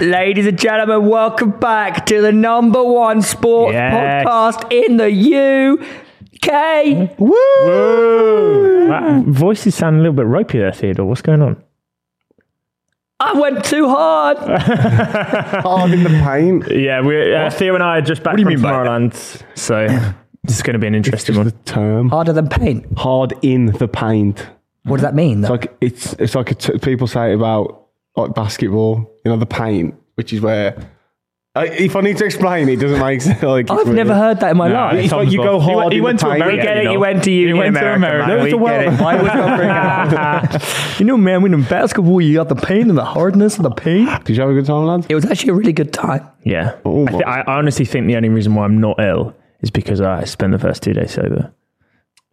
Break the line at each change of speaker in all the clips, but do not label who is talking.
Ladies and gentlemen, welcome back to the number one sports
Yes.
podcast in the UK. Woo!
That voices sound a little bit ropey there, Theodore. What's going on?
I went too hard.
hard in the paint.
Yeah, we uh, Theo and I are just back
do you
from
mean by that?
Tomorrowland, so this is going to be an
It's
interesting
just the
one.
term.
Harder than paint.
Hard in the paint.
What does that mean?
It's
Though?
like it's it's like a t- people say it about like basketball. You know the paint, which is where. I, if I need to explain, it doesn't make sense. Like, it's
I've
weird.
never heard that in my
Nah,
life.
It's like you go
He went-
hard.
he
in
went
the
to
paint.
America,
We get it.
know.
You went to uni
went
in
to
America.
America.
man.
No,
We
it's a
get
world-
it. Why would I bring it up? You know, man, when in basketball, you got the pain and the hardness and the pain.
Did you have a good time, lads?
It was actually a really good time.
Yeah,
Oh,
I, thi-
my-
I honestly think the only reason why I'm not ill is because I spent the first two days sober.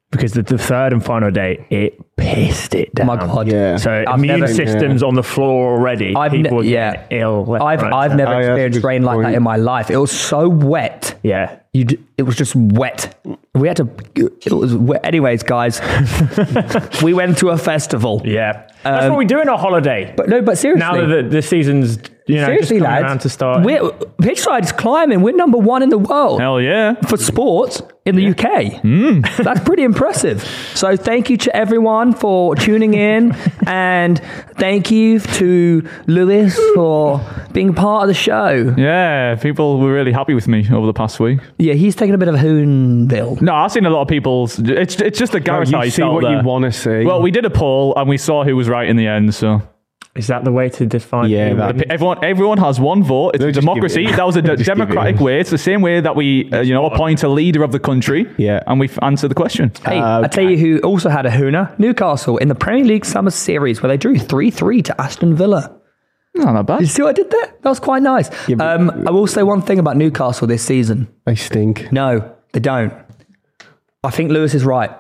Because the, the third and final day, it pissed it down.
My God.
Yeah.
So
I've
immune
never-
system's on the floor already.
I've ne-
People are
yeah.
getting ill. left,
I've,
right,
I've
and
never
Oh, yeah, that's a
experienced
good
rain like that
point.
in my life. It was so wet.
center. Yeah.
You d- it was just wet. We had to. It was wet. Anyways, guys, we went to a festival.
Yeah. That's
Um,
what we do in our holiday.
But no, but seriously,
now that the, the season's you know
seriously,
just coming
lads,
around to start.
we're Pitchside's climbing. We're number one in the world
Hell yeah.
for sports in the UK.
Mm.
That's pretty impressive. So thank you to everyone for tuning in, and thank you to Lewis for being part of the show.
Yeah, people were really happy with me over the past week.
Yeah, he's taking a bit of a hoonbill.
No, I've seen a lot of people's. It's it's just the garage
you see what you want to see.
Well, we did a poll and we saw who was right in the end. So
Is that the way to define?
Yeah,
who
that-
wins?
everyone everyone has one vote. It's
No,
a
just give it
democracy.
in.
That was a de-
Just give it
democratic
in.
way. It's the same way that we uh, you know appoint a leader of the country.
Yeah.
and we've answered the question.
Hey, I tell you who also had a hooner: Newcastle in the Premier League Summer Series, where they drew three-three to Aston Villa.
Not that bad.
You see what I did there? That was quite nice.
but-
um, I will say one thing about Newcastle this season.
they stink.
No, they don't. I think Lewis is right.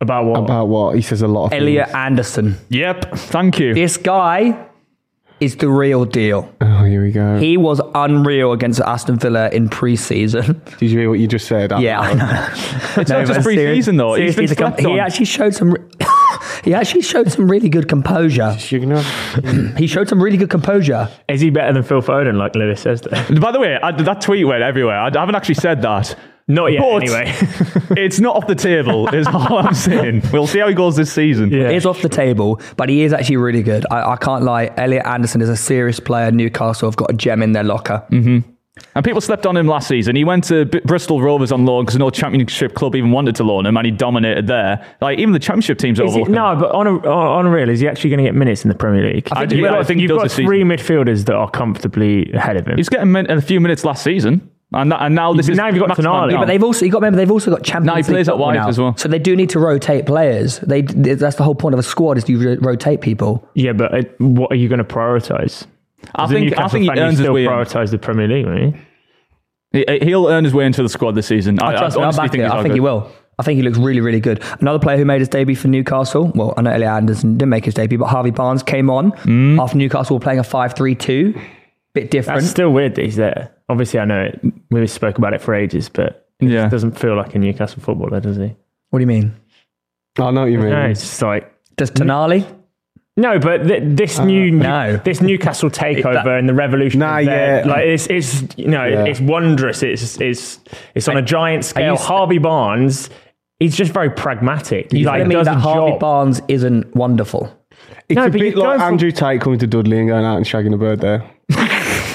about what?
About what he says a lot of things.
Mm.
Elliot Anderson.
Yep. Thank you.
This guy is the real deal.
Oh, here we go.
He was unreal against Aston Villa in pre-season.
Did you hear what you just said?
Yeah, I know.
It's not just
but seri-
pre-season though. He's
seriously, the
been
com-
slept on.
he actually showed some. re- he actually showed some really good composure.
You know,
He showed some really good composure.
Is he better than Phil Foden, like Lewis says? That?
By the way, I, that tweet went everywhere. I, I haven't actually said that.
Not yet,
But-
anyway.
It's not off the table, is all I'm saying. We'll see how he goes this season.
Yeah.
is off the table, but he is actually really good. I, I can't lie. Elliot Anderson is a serious player. Newcastle have got a gem in their locker.
Mm-hmm. And people slept on him last season. He went to B- Bristol Rovers on loan because no championship club even wanted to loan him, and he dominated there. Like even the championship teams
Is he,
overlooked. him.
no, but on a, on a real, is he actually going to get minutes in the Premier League?
think he
you've
will.
got,
I think he
you've
does
got
this season.
three midfielders that are comfortably ahead of him.
He's getting min- a few minutes last season, and that, and now this
But
is
now you've got
Maximan
Tonali.
down.
Yeah,
But they've also you got to remember they've also got Champions
No, he
League
plays at
football
wide
now.
as well.
So they do need to rotate players. They that's the whole point of a squad is you ro- rotate people.
yeah, but uh what are you going to prioritise?
I
As a
think I
Newcastle
think
fan,
he
you
earns his
still
way. in.
prioritise the Premier League, right?
He, he'll earn his way into the squad this season. I, I,
Trust me, I'll
honestly
back
think
it.
he's
I
all
think he
good.
will. I think he looks really, really good. Another player who made his debut for Newcastle, well, I know Elliot Anderson didn't make his debut, but Harvey Barnes came on
Mm.
after Newcastle were playing a 5 3 2. Bit different.
It's still weird that he's there. Obviously, I know it, we spoke about it for ages, but it
Yeah.
just doesn't feel like a Newcastle footballer, does he?
what do you mean?
I know what you mean.
No, it's just like
Does Tonali?
No, but th- this new
no.
this Newcastle takeover and the revolution.
Nah,
of their-
yeah.
like it's it's you know
Yeah.
it's wondrous. It's it's it's on a giant scale.
you-
Harvey Barnes, he's just very pragmatic. He
I
like
mean
does
that
a
Harvey
job.
Barnes isn't wonderful.
It's
No,
a
but you
bit
go
like
for-
Andrew Tate coming to Dudley and going out and shagging a bird there.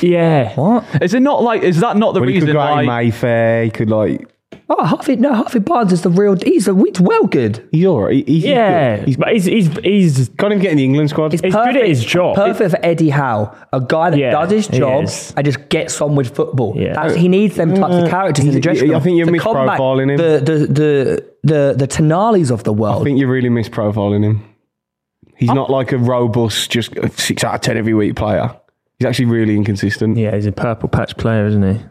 yeah,
What?
Is it not like? Is that not the
Well, he could
reason
go out in
why?
Mayfair. He could like.
Oh, Harvey, no, Harvey Barnes is the real. He's the he's well good.
He's all right. He- He's, he's
yeah.
good. He's
but he's he's he's,
can't even get in the England squad.
he's good at his job.
Perfect for Eddie Howe, a guy that
Yeah,
does his
he
job
is.
and just gets on with football.
Yeah.
That's, he needs them types of characters in the
he's-
dressing
Uh, I
room.
think you're
to combat
misprofiling him.
The the the the the Tenalis of the
I
world.
think you're really
Oh.
misprofiling him. He's not like a robust, just a six out of ten every week player. He's actually really inconsistent.
Yeah, he's a purple patch player, isn't he?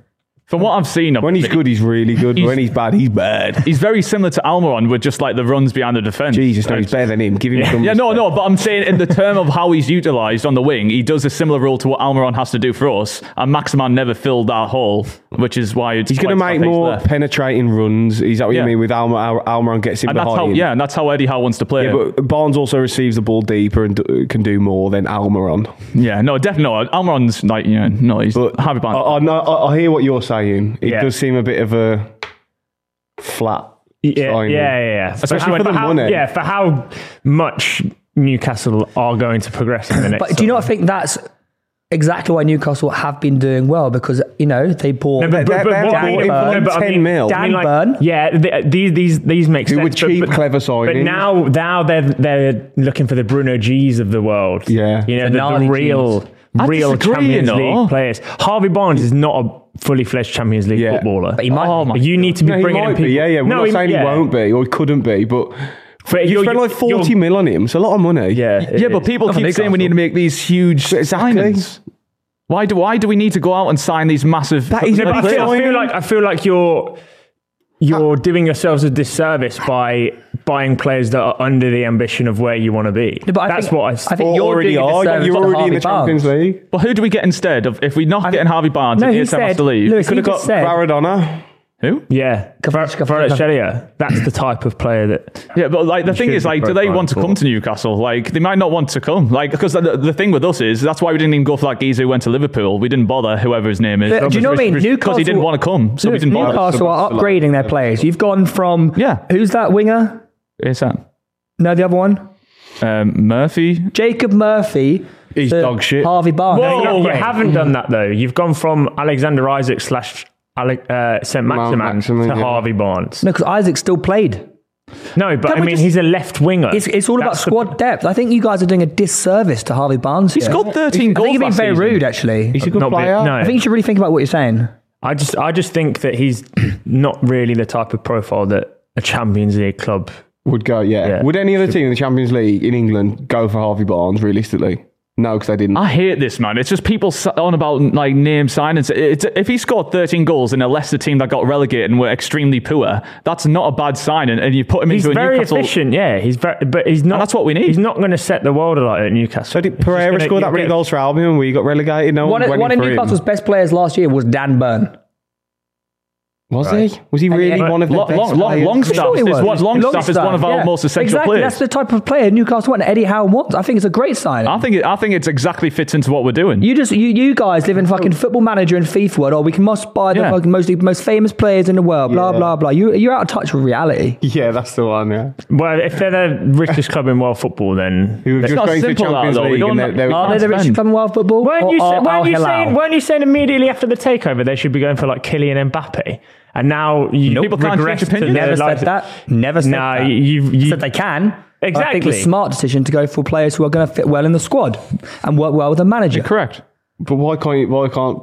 From what I've seen, of
When he's
him,
good, he's really good.
He's-
when he's bad, he's bad.
he's very similar to Almiron with just like the runs behind the defense.
Jesus, no, he's better than him. Give him some.
Yeah, no,
respect.
no, but I'm saying in the term of how he's utilised on the wing, he does a similar role to what Almiron has to do for us, and Maximan never filled that hole, which is why it's
He's going to make
quite fast-paced
more
there.
penetrating runs. Is that what
Yeah.
you mean with Alma, Al- Almiron gets him
and that's
behind?
how,
him?
yeah, and that's how Eddie Howe wants to play.
Yeah,
him.
but Barnes also receives the ball deeper and d- can do more than Almiron.
Yeah, no, definitely. No, Almiron's like, you know, no, he's
But Oh,
Harvey
I,
Barnes.
I, know- I, I hear what you're saying. It
Yeah.
does seem a bit of a flat.
Yeah, yeah,
signing.
yeah, yeah.
Especially
for
when-
for
for the
how,
money.
yeah, for how much Newcastle are going to progress in the next.
But do you not think that's exactly why Newcastle have been doing well? Because you know they bought.
No, but, but,
They're-
but
they're
what
bought
we-
him for
no,
like
but I
10
mean,
mil.
I mean,
Dan Burn.
Yeah, th- these these these make
Who
sense.
were cheap,
but, but,
clever
But
signings.
now, now they're they're looking for the Bruno G's of the world.
Yeah.
you know
The
the,
gnarly
the real
Gs.
I
real
disagree, you
Champions
know.
League players. Harvey Barnes is not a fully fledged Champions League
Yeah.
footballer.
But he might
Oh
be.
my
you need to be
No, he
bringing in
might
people.
be. Yeah, yeah. We're
no,
not saying
yeah.
he won't be or he couldn't be, but
But
you
you're-
spent like
you're-
40 mil on him. It's a lot of money.
Yeah, it
yeah, but
is.
people
Not for
keep saying we need
Newcastle.
to make these huge
Exactly.
signings. Why do why do we need to go out and sign these massive?
That is
No, but I feel, I
players?
feel like I feel like you're you're doing yourselves a disservice by buying players that are under the ambition of where you want to be.
No, but I
That's
think-
what I,
I think
Or
you're
already
doing a
are.
disservice
You're
to
already in
Harvey
the Champions
Barnes.
League.
But who do we get instead of if we're not getting Harvey Barnes
No,
and
he
ESM has
said-
to leave?
Lewis,
Could
he
have got
just said-
Maradona.
who?
yeah, Var-
Kvaratskhelia.
Kvaratskhelia. That's the type of player that
Yeah, but like the thing
should
is,
be
like, do they
profiled
want to
for.
come to Newcastle? Like, they might not want to come. Like, because the, the thing with us is that's why we didn't even go for that geezer who went to Liverpool. We didn't bother whoever his name is.
But do you know what I mean?
Because he didn't
Newcastle-
want to come, so we didn't bother.
Newcastle are upgrading their players. You've gone from
Yeah.
Who's that winger?
ASAP.
No, the other one,
Um, Murphy.
Jacob Murphy.
He's
to
dog shit.
Harvey Barnes.
No, you, you
Upgrade.
haven't done that though. You've gone from Alexander Isaac slash Alec, uh, Saint
Mount
Maximan
Maximin,
to
yeah.
Harvey Barnes.
No, because Isaac still played.
No, but I
we
mean
just-
he's a left winger.
It's, it's all about
That's the-
squad depth. I think you guys are doing a disservice to Harvey Barnes.
He
here.
scored 13
I
goals.
think you've been
last
very
season.
rude, actually.
He's a good
Not be-
player.
no.
I think you should really think about what you're saying.
I just I just think that he's not really the type of profile that a Champions League club.
Would go, yeah.
Yeah.
Would any other team in the Champions League in England go for Harvey Barnes, realistically? No, because they didn't.
I hate this, man. It's just people s- on about like name signings. It's, if he scored 13 goals in a Leicester team that got relegated and were extremely poor, that's not a bad signing. And you put him
He's
into a
very
Newcastle.
efficient, yeah. He's very, but he's not.
that's what we need.
He's not going to set the world alight at Newcastle.
so did Pereira
gonna-
score that
you'll
many
get-
goals for Albion and we got relegated? No
One,
one,
of- one of Newcastle's best players last year was Dan Byrne.
Was he? Was he really
yeah.
one of the
Lo-
best
long, long,
players?
Longstaff
Sure he
is
was.
what Longstaff is one of our
yeah.
most essential
exactly,
players.
That's the type of player Newcastle want. Eddie Howe wants. I think it's a great signing.
I think it, I think it's exactly fits into what we're doing.
You just you, you guys live in fucking football manager and FIFA world, or we can must buy the
Yeah.
fucking most most famous players in the world. Blah
Yeah.
blah blah. You you're out of touch with reality.
Yeah, that's the one, yeah.
Well, if they're the richest club in world football, then
Who were just
not
going to the
simple, that,
Champions
though. We
League
don't
and
know-
they, they
Are
Are they
they
the
spend?
richest club in world football?
weren't
Or
you,
are Oh,
sa-
Al
weren't, you
Hilal?
saying, weren't you saying immediately after the takeover they should be going for like Kylian Mbappe? And now you
People can't
regress
change
to
opinions.
their
Never said
life-
that. Never said
No,
that.
you- you-
said they can. But I think
Exactly.
it's a smart decision to go for players who are going to fit well in the squad and work well with the manager.
correct.
But why can't you, why can't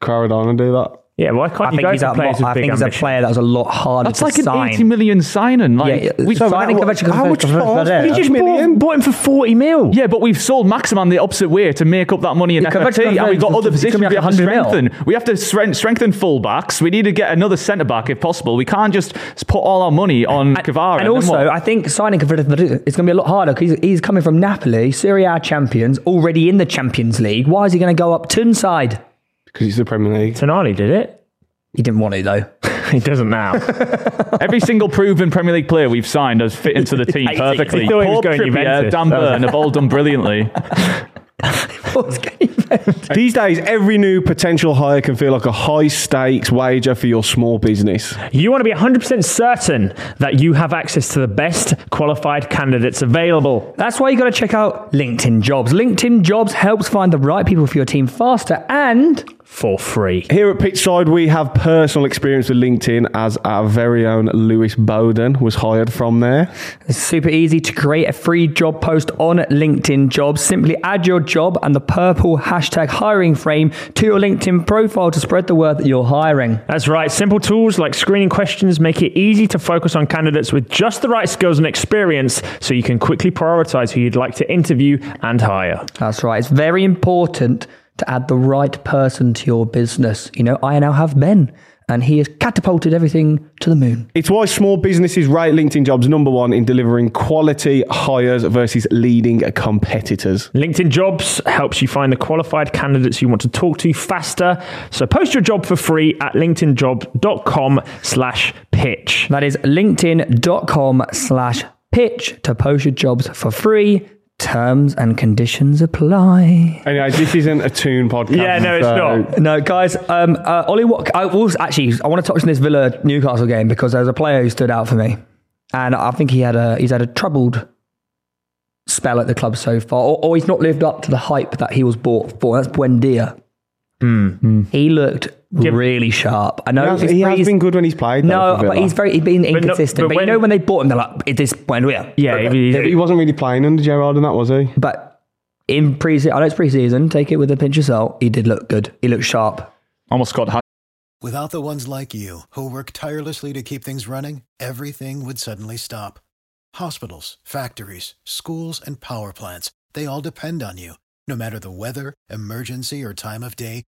Caradonna do that?
Yeah, why can't
I
you
think
go
he's,
for
a,
players
lot, I
with big
think he's a
ambition?
player that was a lot harder
That's
to
like an
sign.
80 million signing. Like
Yeah, yeah,
we
so signing
what-
Kovacic-
how much
Kovacic-
balls
Kovacic-
did
You just
Million?
bought, bought him for forty mil.
Yeah, but we've sold Maximan the opposite way to make up that money in
Yeah, Kovacic
FFT, and we've got
is-
other
is
positions
gonna
we
be
have to
100 mil.
strengthen. We have to strength, strengthen fullbacks. We need to get another centre back if possible. We can't just s- put all our money on Kavara.
And also, I think signing Kvadratskhelia is going to be a lot harder because he's, he's coming from Napoli, Serie A champions, already in the Champions League. Why is he going to go up Tunside?
Because it's the Premier League.
Tonali did it.
He didn't want it though.
He doesn't now.
every single proven Premier League player we've signed has fit into the team
I- I
perfectly.
thought he was
Paul
going
Trippier,
Juventus.
Dan
That was-
Burn have all done brilliantly.
What's going on?
These days, every new potential hire can feel like a high stakes wager for your small business.
You want to be 100% certain that you have access to the best qualified candidates available.
That's why you got to check out LinkedIn Jobs. LinkedIn Jobs helps find the right people for your team faster and
For free.
Here at Pitchside, we have personal experience with LinkedIn as our very own Lewis Bowden was hired from there.
It's super easy to create a free job post on LinkedIn Jobs. Simply add your job and the purple hashtag hiring frame to your LinkedIn profile to spread the word that you're hiring.
That's right. Simple tools like screening questions make it easy to focus on candidates with just the right skills and experience so you can quickly prioritize who you'd like to interview and hire.
That's right. It's very important to add the right person to your business. You know, I now have Ben, and he has catapulted everything to the moon.
It's why small businesses rate LinkedIn jobs number one in delivering quality hires versus leading competitors.
LinkedIn Jobs helps you find the qualified candidates you want to talk to faster. So post your job for free at linkedinjob.com slash pitch.
That is linkedin.com slash pitch to post your jobs for free. Terms and conditions apply.
Anyway, this isn't a tune podcast.
Yeah, no, it's
so-
not.
No, guys, um, uh, Ollie Wat I will actually, I want to touch on this Villa Newcastle game because there was a player who stood out for me. And I think he had a, he's had a troubled spell at the club so far, or, or he's not lived up to the hype that he was bought for. That's Buendia. He looked really sharp. I know
Hmm.
it's
He has, he has
pretty-
been good when he's played. though,
No,
for Villa.
but he's very he's been
no-
inconsistent.
but
but,
when-
you know when they bought him, they're like, "It is Buendia."
Yeah, he-
he wasn't really playing under Gerard and that was he?
But in pre, I know it's pre-season. Take it with a pinch of salt. He did look good. He looked sharp.
Almost got hacked.
Without the ones like you, who work tirelessly to keep things running, everything would suddenly stop. Hospitals, factories, schools, and power plants, they all depend on you. No matter the weather, emergency, or time of day,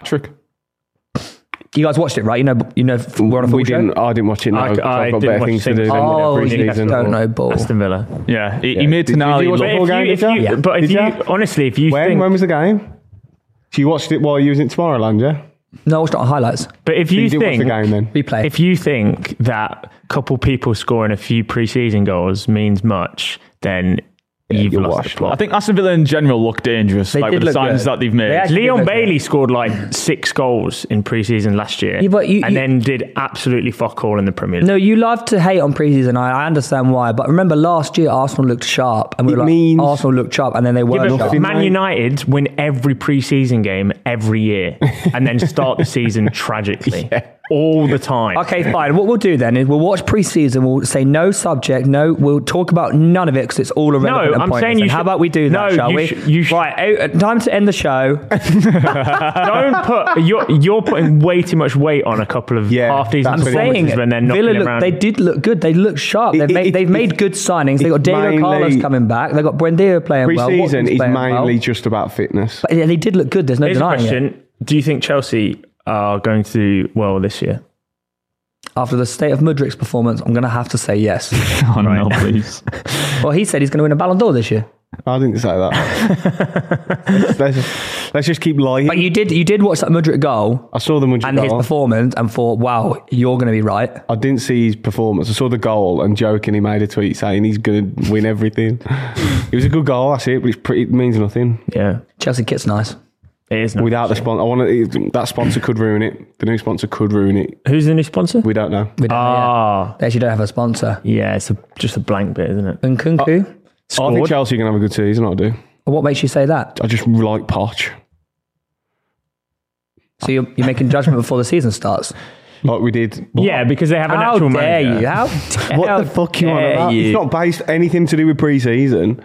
Patrick.
You guys watched it, right? You know, you know, we're on a full
We
show.
didn't, I didn't watch it. No,
I-
'cause
I
I've
didn't
got better
watch
things to do
things.
than
Oh, you
pre-season.
don't know ball.
Aston Villa.
Yeah, he,
Yeah.
he made
Did- did
Tonali
you watch
look.
the whole
But
game,
if
did
you,
you?
if you, but if
Did
you,
you?
honestly, if you
When?
think,
When was the game? So you watched it while you was in Tomorrowland, yeah?
No, it's not highlights.
but if
So
you
did watch
think,
the game then?
Replay.
if you think that couple people scoring a few preseason goals means much, then you've
you're
lost
washed,
the plot.
I think Aston Villa in general look dangerous,
They
like
did
with the
look
signs
good.
that they've made.
They actually-
Leon
Good measure.
Bailey scored like six goals in preseason last year,
Yeah, but you-
and
you-
then did absolutely fuck all in the Premier League.
no, you love to hate on preseason. I, I understand why, but remember last year Arsenal looked sharp, and we
It
were like,
means-
Arsenal looked sharp, and then they weren't
Yeah,
sharp.
but
Nothing,
Man
mate.
United win every preseason game every year, and then start the season tragically all the time.
Okay, fine. What we'll do then is we'll watch preseason. We'll say no subject. No, we'll talk about none of it because it's all irrelevant. and
I'm
pointless.
saying you
And How
should-
about we do that?
No,
shall
you
we?
should- you should-
right. eh, Time to end the show.
Don't put you're you're putting way too much weight on a couple of
Yeah,
half decent
that's
I'm
Good
saying
performances when they're not
Villa look-
around.
they did look good. They look sharp. They've
It-
made,
it-
they've
it-
made good signings. They got
it's
Diego Carlos
mainly-
coming back. They got Buendia playing well.
Pre-season
Watkins
is
playing
mainly
well.
just about fitness.
But yeah, they did look good. There's no
Here's a
denying
question:
it.
Do you think Chelsea are going to do well this year?
After the state of Mudrik's performance, I'm going to have to say yes.
Oh, no, please.
well, he said he's going to win a Ballon d'Or this year.
I didn't say that. let's, let's- let's just keep lying.
But you did you did watch that Mudrik goal
I saw the Madrid
and his
goal.
performance and thought, wow, you're going to be right.
I didn't see his performance. I saw the goal and joking. He made a tweet saying he's going to win everything. it was a good goal. I see it, but it's pretty, it means nothing
Yeah,
Chelsea kit's nice.
it is. Not.
without the sponsor. I want to, that sponsor could ruin it. The new sponsor could ruin it.
Who's the new sponsor?
We don't know.
We don't, yeah.
Ah,
They actually don't have a sponsor.
yeah, it's a, just a blank bit, isn't
Oh,
it?
Nkunku?
I think
Scored.
Chelsea are going to have a good season. I do.
Oh.
what makes you say that?
I just like Poch.
So you're, you're making judgment before the season starts.
Like we did.
Yeah, because they have an
How
actual
dare
manager.
you? How dare
What the fuck you on
dare
about?
you?
It's not based anything to do with pre-season.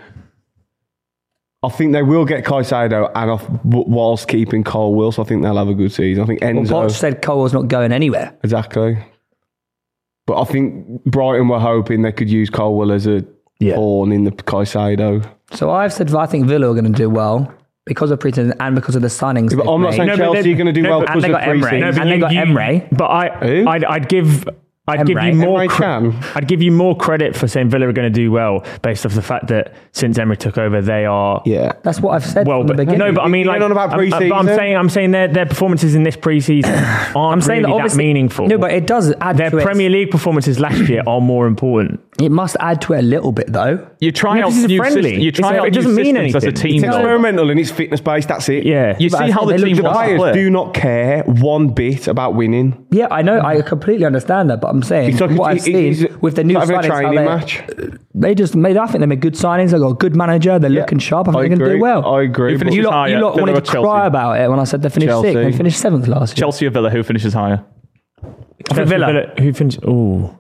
I think they will get Caicedo and off whilst keeping Cole Wilson. I think they'll have a good season. I think
Well,
Enzo
Poch said Cole's not going anywhere.
exactly. But I think Brighton were hoping they could use Colwell as a
Yeah.
pawn in the Caicedo.
So I've said I think Villa are going to do well because of preseason and because of the signings.
But
they've
I'm not
made.
saying
No, but
Chelsea
they-
are going to do
no, but-
well because
and
of
they got Emre.
pre-season.
No, but And they got Emre.
But I,
Who?
I'd, I'd give, I'd give you
Emre.
more,
Emre
cre-
Can.
I'd give you more credit for saying Villa are going to do well based off the fact that since Emery took over, they are.
Yeah.
That's what I've said
Well,
from
but
the beginning.
no, but I mean,
You're
like,
on about
I'm- I'm- but I'm
pre-season?
saying, I'm saying their, their performances in this preseason aren't
I'm saying
really
that
that
obviously
meaningful.
No, but it does add
their
to it.
Premier League performances last year are more important.
It must add to it a little bit, though.
You try
Yeah,
out
because it's
new
friendly.
systems. You
It's
try
not-
out
it doesn't
new
mean
systems as a
anything.
team.
It's
though.
experimental and it's fitness based. That's it.
Yeah.
You
But I
see how
think
the
they
team
look
wants to
Players
play.
do not care one bit about winning.
Yeah, I know. I completely understand that, but I'm saying
Mm. It's like
what I've
it- it-
seen
it's
with the new
like having
signings,
a
how
training
they,
match.
they just made. I think they made good signings. They got a good manager. They're looking sharp. I think they're going to
agree.
do well.
I agree.
You
but-
finish
You
Which is
lot, you
higher
lot
than
wanted to
about Chelsea.
cry about it when I said they finished sixth. They
Chelsea.
finished seventh last year.
Chelsea or Villa, who finishes higher?
I think
Villa.
Who finished? Oh,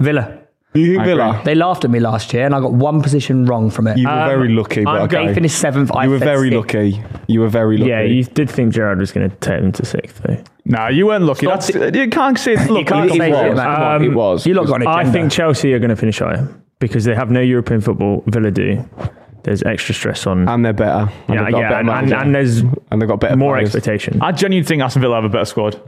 Villa.
Do you think Villa?
They laughed at me last year, and I got one position wrong from it.
You were very lucky. But
I'm
okay.
they finished seventh. I
You were
said
very
sixth.
lucky. You were very lucky.
yeah. You did think Gerard was going to take them to sixth, though.
Nah, you weren't lucky.
Stop
That's, you can't say it's luck.
can't
It's
say
luck.
it, man. Come on.
Um, it was.
You lot got an
I
agenda.
think Chelsea are going to finish higher because they have no European football. Villa do. There's extra stress on.
and they're better. And
yeah,
they've got a
yeah,
better
and, and,
manager.
and there's
And they've got better
more
players.
expectation
I genuinely think Aston Villa have a better squad.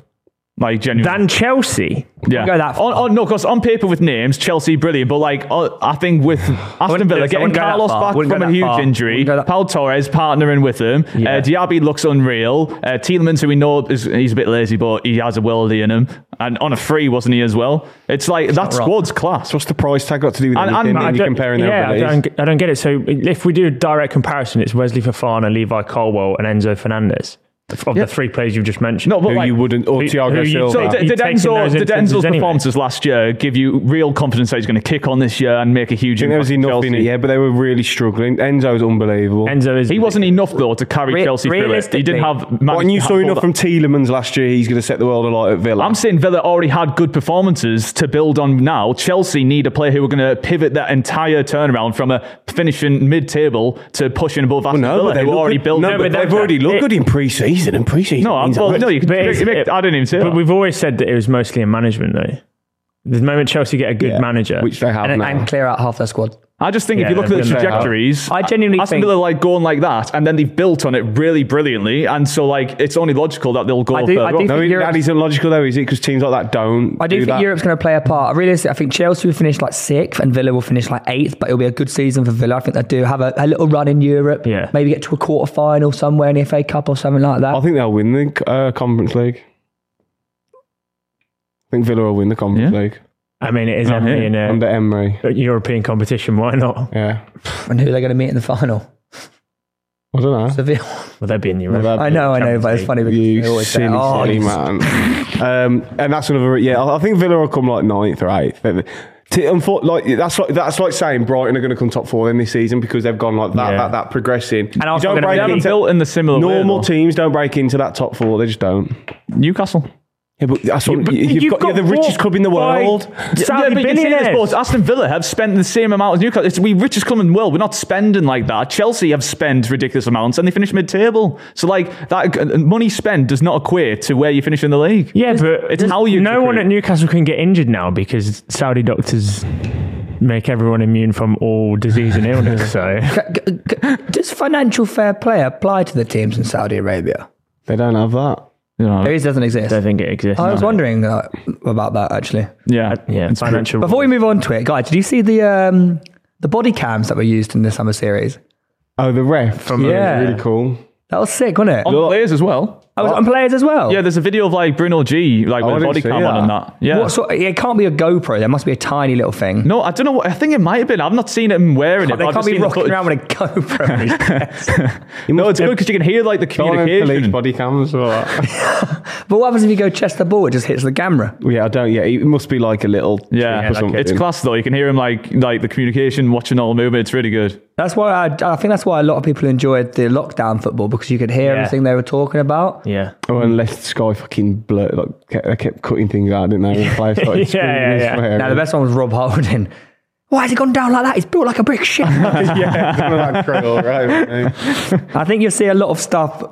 Like genuinely.
than Chelsea.
yeah.
go that far.
On, on, no, because on paper with names, Chelsea brilliant, but like uh, I think with Aston
wouldn't- I
Villa getting
wouldn't go that
Carlos
far.
back
Wouldn't
from
go
a
that
huge
far.
injury,
Wouldn't go that-
Paul Torres partnering with him,
Yeah.
uh, Diaby looks unreal, uh, Tielemans, who we know is he's a bit lazy, but he has a worldie in him, and on a free wasn't he as well? It's like that
wrong.
squad's class.
What's the price tag got to do with
And- and
anything?
I
And,
I
you're
don't-
comparing their
yeah, I
abilities.
don't, get- I don't get it. So if we do a direct comparison, it's Wesley Fofana, Levi Colwell, and Enzo Fernandez of the three players you've just mentioned.
No, but
Who
like,
you wouldn't, or
who- who
Thiago
you-
Silva.
so
So
that.
did,
You're
did,
taking
Enzo,
those
did
instances
Enzo's
anyway.
performances last year give you real confidence that he's going to kick on this year and make a huge
there
impact?
was
for
enough in
Chelsea?
it, yeah, but they were really struggling. Enzo's unbelievable.
Enzo is
He wasn't enough though to carry
Re-
Chelsea through it. He
realistically-
didn't have.
But
managed
when you
to
saw
have
enough
all
from
that-
Tielemans last year, he's going to set the world alight at Villa.
I'm saying Villa already had good performances to build on now. Chelsea need a player who are going to pivot that entire turnaround from a finishing mid-table to pushing above Aston
no,
Villa,
but they
who
look
already
good-
built.
No, but they've already looked
it-
good in pre-season, and pre-season.
No, I'm,
means
well,
that
no,
much.
you can.
But it's- it-
I didn't even say
But
that.
we've always said that it was mostly in management, though. The moment Chelsea get a good
Yeah,
manager,
which they have
and,
now.
and clear out half their squad.
I just think if
Yeah,
you look at
they've
the
been there.
trajectories,
Ah,
I genuinely
Aston
think-
Villa like going like that, and then they've built on it really brilliantly, and so like it's only logical that they'll go
I do- I
further
do
no,
up.
think
it-
Europe's-
that isn't logical though, is it? Because teams like that don't.
I do, think
that.
Europe's going to play a part. Realistically, I think Chelsea will finish like sixth and Villa will finish like eighth, but it'll be a good season for Villa. I think they do have a, a little run in Europe.
Yeah.
Maybe get to a quarter final somewhere in the FA Cup or something like that.
I think they'll win the uh, Conference League. I think Villa will win the Conference
Yeah.
League
I mean, it is
Uh-huh.
Emery in a
under Emery.
European competition. Why not?
Yeah,
and who they're going to meet in the final.
I don't know.
Seville.
Well, they'd be in Europe.
That'd
I
be-
know, I know, but it's funny because
You
they always say,
silly,
oh,
silly
it's-
man. um, and that's another. Yeah, I I think Villa will come like ninth or eighth. They- they- T- unfor- like that's like that's like saying Brighton are going to come top four in this season because they've gone like that
Yeah.
that that progressing. And
also
don't
gonna
They
break
be-
haven't
into
built in the similar way,
normal
though.
teams don't break into that top four. They just don't.
Newcastle.
Yeah, but that's what, you, have got, you're the richest club in the world.
Saudi
but you can say this,
billionaires.
but Aston Villa have spent the same amount as Newcastle. It's we richest club in the world. We're not spending like that. Chelsea have spent ridiculous amounts and they finish mid-table. So like that uh, money spent does not equate to where you finish in the league.
Yeah, but
it's how you
No one
recruit.
at Newcastle can get injured now because Saudi doctors make everyone immune from all disease and illness. so
G- g- Does financial fair play apply to the teams in Saudi Arabia?
They don't have that.
There is doesn't exist.
I think it exists.
I was wondering uh, about that actually.
Yeah.
Yeah,
It's
financial.
Before we move on to it, guys, did you see the um, the body cams that were used in the summer series?
Oh, the ref. From
Yeah.
really cool.
That was sick, wasn't it?
On players as well.
I was on players as well.
Oh. Yeah, there's a video of like Bruno G like
I
with a
didn't
body
see
cam on
that.
and that. Yeah.
What sort it can't be a GoPro. There must be a tiny little thing.
no, I don't know. What, I think it might have been. I've not seen him wearing it.
they
but I've
can't
just
be
seen the
rocking
footage.
around with a GoPro.
No, it's good because you can hear like the
Police
communication.
body cams or what?
but what happens if you go chest the ball? It just hits the camera.
yeah, I don't. Yeah, it must be like a little.
Yeah,
trick or something.
it's class though. You can hear him like like the communication, watching all the movement. It's really good.
That's why I, I think that's why a lot of people enjoyed the lockdown football because you could hear
Yeah.
everything they were talking about.
Yeah.
Oh, unless Sky fucking blur, like kept, they kept cutting things out, didn't they? And players started
Yeah,
screaming
yeah,
and
yeah.
swearing.
Now the best one was Rob Holding. Why has he gone down like that? He's built like a brick shit.
That crew, right, mate.
I think you'll see a lot of stuff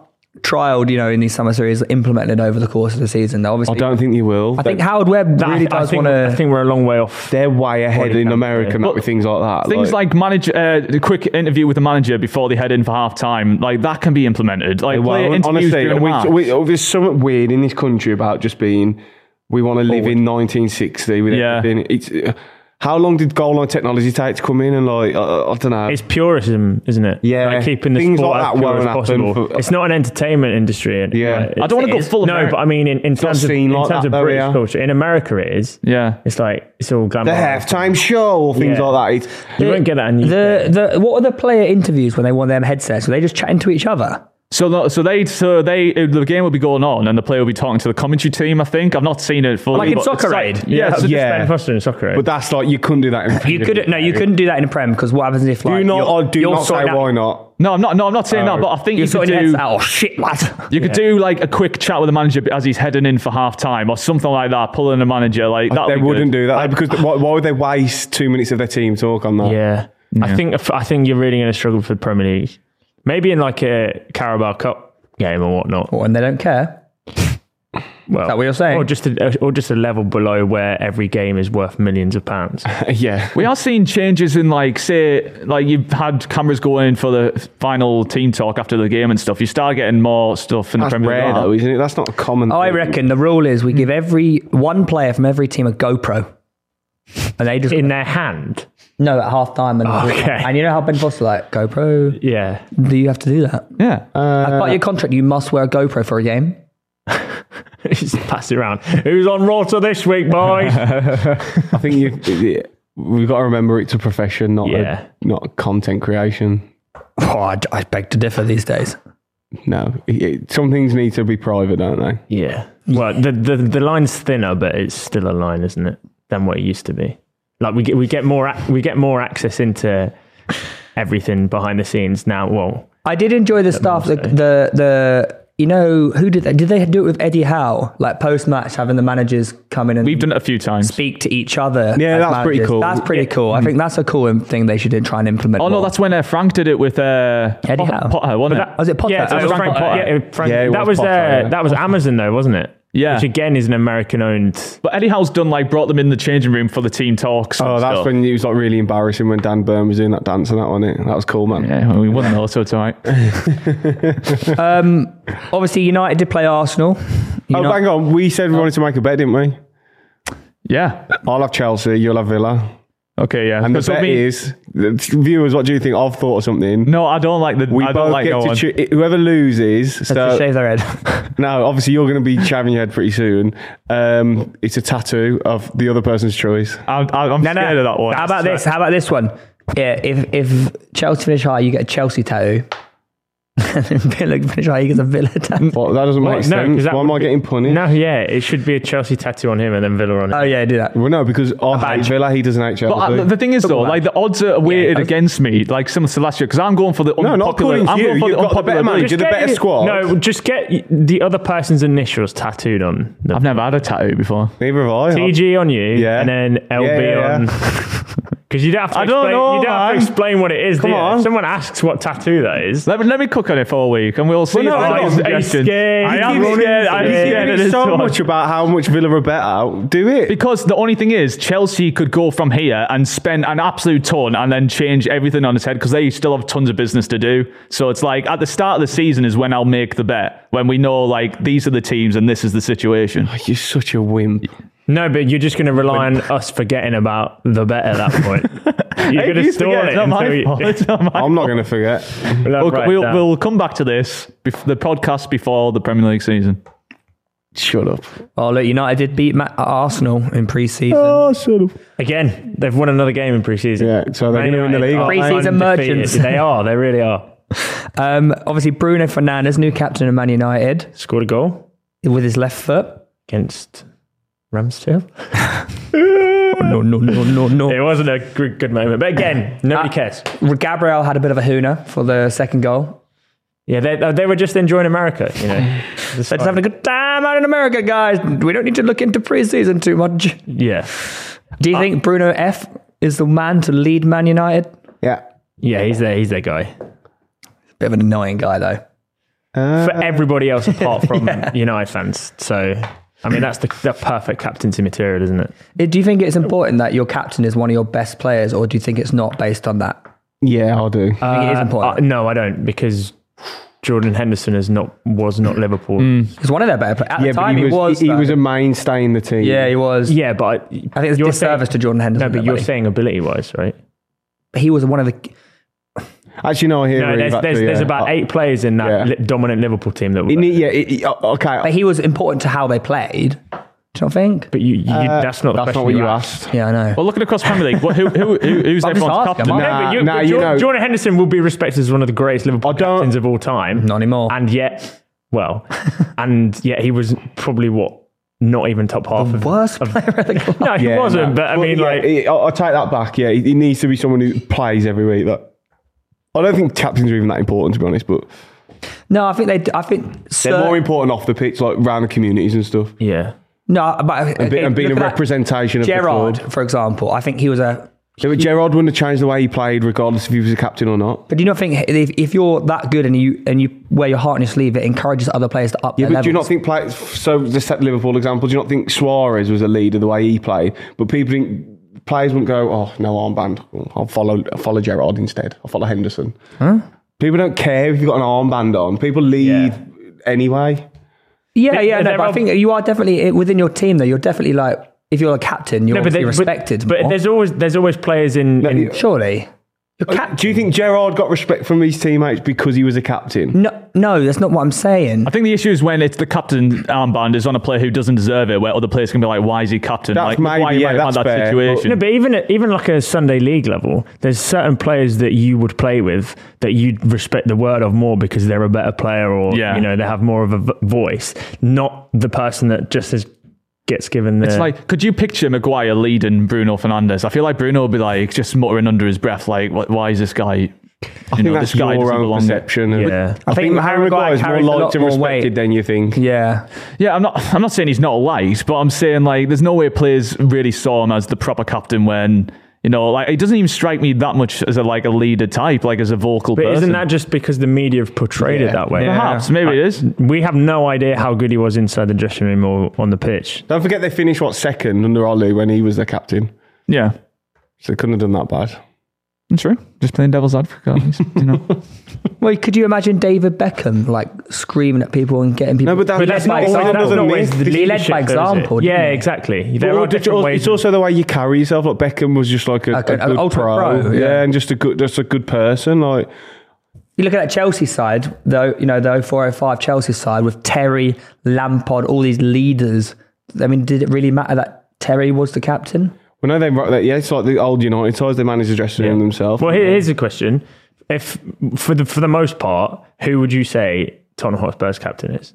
trialed, you know, in these summer series implemented over the course of the season. Though
I
obviously,
Oh, don't think you will.
I think Howard Webb
That-
really
I
does
think-
want
I
to.
think we're a long way off.
they're way ahead
Body
in
cam,
America
yeah.
not with things like that.
Things like, manage uh, the quick interview with the manager before they head in for half time, like that can be implemented. Like
Well,
player interviews
honestly,
during the match.
we, we, oh, there's something weird in this country about just being. We want to live in 1960 with
Yeah.
everything. It's. uh, How long did goal line technology take to come in? And like, uh, I, I don't know.
It's purism, isn't it?
Yeah.
like keeping the
Things
sport
like
as
that
pure
won't
as
happen
possible.
for-
it's not an entertainment industry. and-
Yeah.
like,
I don't wanna
it
go
is-
full of
No,
Ameri-
but I mean, in, in
not
terms of
seen
in
like
terms
that
of
though,
British
yeah.
culture, in America it is.
Yeah.
It's like it's all
the
glamour.
halftime show or things
Yeah.
like that. It's,
You won't get that in the, UK.
The, the, what are the player interviews when they won them headsets? Were they just chatting to each other?
So, no- so they, so they, uh, the game will be going on, and the player will be talking to the commentary team. I think I've not seen it fully.
Like in
but
Soccer
it's
Aid?
yeah,
yeah,
so
yeah.
Ben Foster in soccer. eh?
but that's like you couldn't do that. In
You couldn't. No, you couldn't do that in a prem because what happens if like
Do not.
you're-
I do
you're
not say
sorting out-
why not.
No, I'm not. No, I'm not saying
Oh,
that. But I think
You're
you could
sorting your
do.
headset out. Oh shit, lad!
You could do like a quick chat with the manager as he's heading in for half time or something like that, pulling the manager like that.
They wouldn't do that
I,
because why, why would they waste two minutes of their team talk on that?
Yeah. I think I think you're really going to struggle for the Premier League. Maybe in like a Carabao Cup game or whatnot.
Well, and they don't care.
Well,
that what you're saying?
Or just a, or just a level below where every game is worth millions of pounds.
yeah.
we are seeing changes in like say like you've had cameras going in for the final team talk after the game and stuff. You start getting more stuff in
That's
the Premier
rare
League.
though, isn't it? That's not a common.
I
thing.
reckon the rule is we give every one player from every team a GoPro, and they just
In their hand.
no at half time. And,
Okay.
and you know how Ben Foster like GoPro?
Yeah.
Do you have to do that?
Yeah.
Um,
As part of your contract, you must wear a GoPro for a game.
just pass it around. Who's on Rota this week, boys?
I think you. We've got to remember it's a profession, not
Yeah.
a, not content creation.
Oh, I, I beg to differ these days.
No, It- it- some things need to be private, don't they?
yeah. Well, the, the the line's thinner, but it's still a line, isn't it? Than what it used to be. Like we get we get more ac- we get more access into everything behind the scenes now. Well,
I did enjoy the stuff. The, the the you know who did that? Did they do it with Eddie Howe? Like post match, having the managers come in and
We've done it a few times.
speak to each other.
Yeah,
as
that's pretty
managers.
cool.
That's pretty cool. I think that's a cool im- thing they should try and implement.
Oh no,
more.
that's when uh, Frank did it with uh,
Eddie
Pot-
Howe.
Potter, wasn't Oh, it?
was it Potter?
Yeah,
That
it was Frank Potter. Yeah, it- Frank-
Yeah, it
that
was
was,
Potter,
uh,
yeah.
that was Amazon though, wasn't it?
Yeah.
which again is an American-owned.
But Eddie Howe's done like brought them in the changing room for the team talks. and
Oh, that's
stuff.
when it was like really embarrassing when Dan Byrne was doing that dance and that on it. That was cool, man.
Yeah, well, we won though, so it's all right.
Obviously, United did play Arsenal.
Oh,
United-
bang on. We said we wanted to make a bet, didn't we?
Yeah.
I'll have Chelsea, you'll have Villa.
Okay. Yeah.
And the
That's what I
bet
mean.
is, viewers, what do you think? I've thought of something.
no, I don't like the.
We
I
both
don't like
get
no
to
one.
choo- Whoever loses,
Let's just
so
shave their head.
now obviously you're going to be shaving your head pretty soon. Um, it's a tattoo of the other person's choice.
I'm, I'm
No, no.
scared of that one.
How about this? How about this one? Yeah, if if Chelsea finish high, you get a Chelsea tattoo. And then Villa finish high, you get a Villa tattoo.
Well, that doesn't make
Wait, no, 'cause
sense.
that
Why am
would
I
be-
getting punished?
No, yeah, it should be a Chelsea tattoo on him and then Villa on him.
Oh yeah, do that.
Well, no, because I hate
badge.
Villa, he doesn't hate Chelsea.
But I, Uh, the thing is, though,
Football
like the odds are weighted against me, like similar to last year, because I'm going for the
not
unpopular.
according to
I'm
you.
going for
You've got
the
the
unpopular.
better
belief.
manager, Just the better
your-
squad.
No, just get y- the other person's initials tattooed on. The
I've never had a tattoo before.
Neither have I.
TG on you,
Yeah.
and then LB
Yeah, yeah,
on. Because you don't have to.
I don't
explain,
know,
You don't have
man.
to explain what it is.
Come
do you?
on.
If someone asks what tattoo that is.
Let me, let me cook on it for a week, and we'll see.
Well, no,
if
I
I
don't-
have
I'm
suggestions.
scared.
I
He
am
keeps-
scared. I'm
he's
scared
giving
of
There's
this
so
one.
much about how much Villa are better. Do it.
Because the only thing is, Chelsea could go from here and spend an absolute ton and then change everything on its head because they still have tons of business to do. So it's like at the start of the season is when I'll make the bet when we know like these are the teams and this is the situation.
You're such a wimp.
No, but you're just going to rely on us forgetting about the bet at that point. you're going to
He's
stall
forgetting.
it.
It's not
until
my
you-
fault. It's not my
I'm not going to forget.
Look,
We'll,
right,
we'll,
Dan.
we'll come back to this bef- the podcast before the Premier League season.
Shut up.
Oh look, United did beat Ma- Arsenal in pre-season.
shut up.
Again, they've won another game in pre-season.
Yeah, so they're
Man
gonna win the
United
league,
are
aren't they?
Pre-season
undefeated.
merchants.
They are. They really are.
Um, obviously, Bruno Fernandes, new captain of Man United,
Scored a goal
with his left foot.
against Ramsdale.
No, no, no, no,
It
no.
wasn't a good, good moment, but again,
Ah.
nobody cares.
Gabriel had a bit of a hooner for the second goal.
Yeah, they, uh, they were just enjoying America. You know, Just
They're just having a good time out in America, guys. We don't need to look into pre-season too much.
yeah,
Do
Uh,
you think Bruno F is the man to lead Man United?
Yeah.
yeah. He's their he's their guy
Bit of an annoying guy, though.
for
Uh,
everybody else apart from United fans. So. I mean that's the, the perfect captaincy material, isn't it?
Uh, Do you think it's important that your captain is one of your best players, or do you think it's not based on that?
Yeah, I'll do.
I think it is
Uh,
important.
uh, no, I don't because Jordan Henderson is not was not Liverpool.
He's one of their better players. At
uh, Yeah,
the time,
but he was, he, he
though.
was a mainstay in the team.
yeah, he was.
Yeah, but I
I think it's
you're
disservice
saying-
to Jordan Henderson.
No, but
though,
you're
buddy.
saying ability wise, right?
he was one of the.
Actually, no, I hear
No,
you.
there's,
actually,
there's, there's
yeah.
about
I-
eight players in that
uh, yeah.
li- dominant Liverpool team that.
He
Were,
need- yeah, he- he- oh, okay.
But he was important to how they played. Do you not think?
but you, you that's not the
Uh, That's
question
not what you
asked.
asked.
Yeah, I know.
Well, looking across Premier League, what, who, who, who, who's
I'm just
everyone's
asking,
captain?
am I?
now?
Nah,
but you,
nah,
but
you
Jordan,
know-
Jordan Henderson will be respected as one of the greatest Liverpool
I don't-
captains of all time.
Not anymore.
And yet, well, and yet he was probably what not even top half of
Worst player of the club.
No, he
Yeah,
wasn't.
no.
But I
Well,
mean,
yeah,
like,
he- I'll, I'll take that back. Yeah, he, he needs to be someone who plays every week. Like, I don't think captains are even that important, to be honest. But
No, I think they. I think
they're
cer-
more important off the pitch, like round the communities and stuff,
yeah,
No, but uh,
and, be, and being a
look at that.
representation of
Gerard,
The club.
for example, I think he was a.
Yeah, but Gerard wouldn't have changed the way he played, regardless if he was a captain or not.
But do you not think if, if you're that good and you and you wear your heart on your sleeve, it encourages other players to up
Yeah,
their
but do you not
levels?
think play, so? Just set the Liverpool example. Do you not think Suarez was a leader the way he played? But people think players wouldn't go, "Oh no, armband. I'll follow. I'll follow Gerard instead. I'll follow Henderson." People don't care if you've got an armband on. People lead anyway.
yeah, yeah, no,
There
but I
are-
think you are definitely within your team though. You're definitely like if you're a captain, you're
no,
obviously
they-
respected.
But,
more. Mm,
there's always there's always players in. in
you-
surely. You're cap-
Do you think Gerard got respect from his teammates because he was a captain?
no, no, that's not what I'm saying.
I think the issue is when it's the captain armband is on a player who doesn't deserve it, where other players can be like, "Why is he captain?
That's
like,
maybe-
why are you
yeah,
like,
that's
had that
fair,
situation?"
no, but even at- even like a Sunday league level, there's certain players that you would play with that you'd respect the word of more because they're a better player or
Yeah.
you know they have more of a v- voice, not the person that just is, gets given the.
It's like, could you picture Maguire leading Bruno Fernandez? I feel like Bruno would be like just muttering under his breath, like, "Wh- "Why is this guy? You
I think that's your
doesn't
own
belong there."
perception. of-
Yeah.
I, think, Harry Maguire is more
carries a lot
liked and
more weight.
respected than you think.
Yeah,
Yeah, I'm not. I'm not saying he's not liked, but I'm saying like, there's no way players really saw him as the proper captain when you know, like, he doesn't even strike me that much as a like a leader type, like as a vocal
but
person.
isn't that just because the media have portrayed it that way?
perhaps maybe it is?
We have no idea how good he was inside the dressing room or on the pitch.
Don't forget they finished what second under Ollie when he was the captain,
Yeah,
so they couldn't have done that bad.
that's true. Just playing devil's advocate, you know.
Well, could you imagine David Beckham like screaming at people and getting people?
No, but that-
But
But
that's not
that's
that's
not- that's
not
not
always the
me.
He led by
leadership, though, is it?
example, didn't
Yeah,
he?
exactly. There
Well,
are
the-
different
it's
ways.
also the way you carry yourself. Like Beckham was just like a,
Like
a
an
good
ultimate
pro,
pro, yeah.
yeah. and just a good, just a good person. Like
You look at that Chelsea side, though, you know, the 0405 Chelsea side with Terry, Lampard, all these leaders. I mean, did it really matter that Terry was the captain?
well, no, they that. Yeah, it's like the old United sides. They manage the dressing room themselves.
Well, here, here's a question: If for the for the most part, who would you say Tottenham Hotspur's captain is?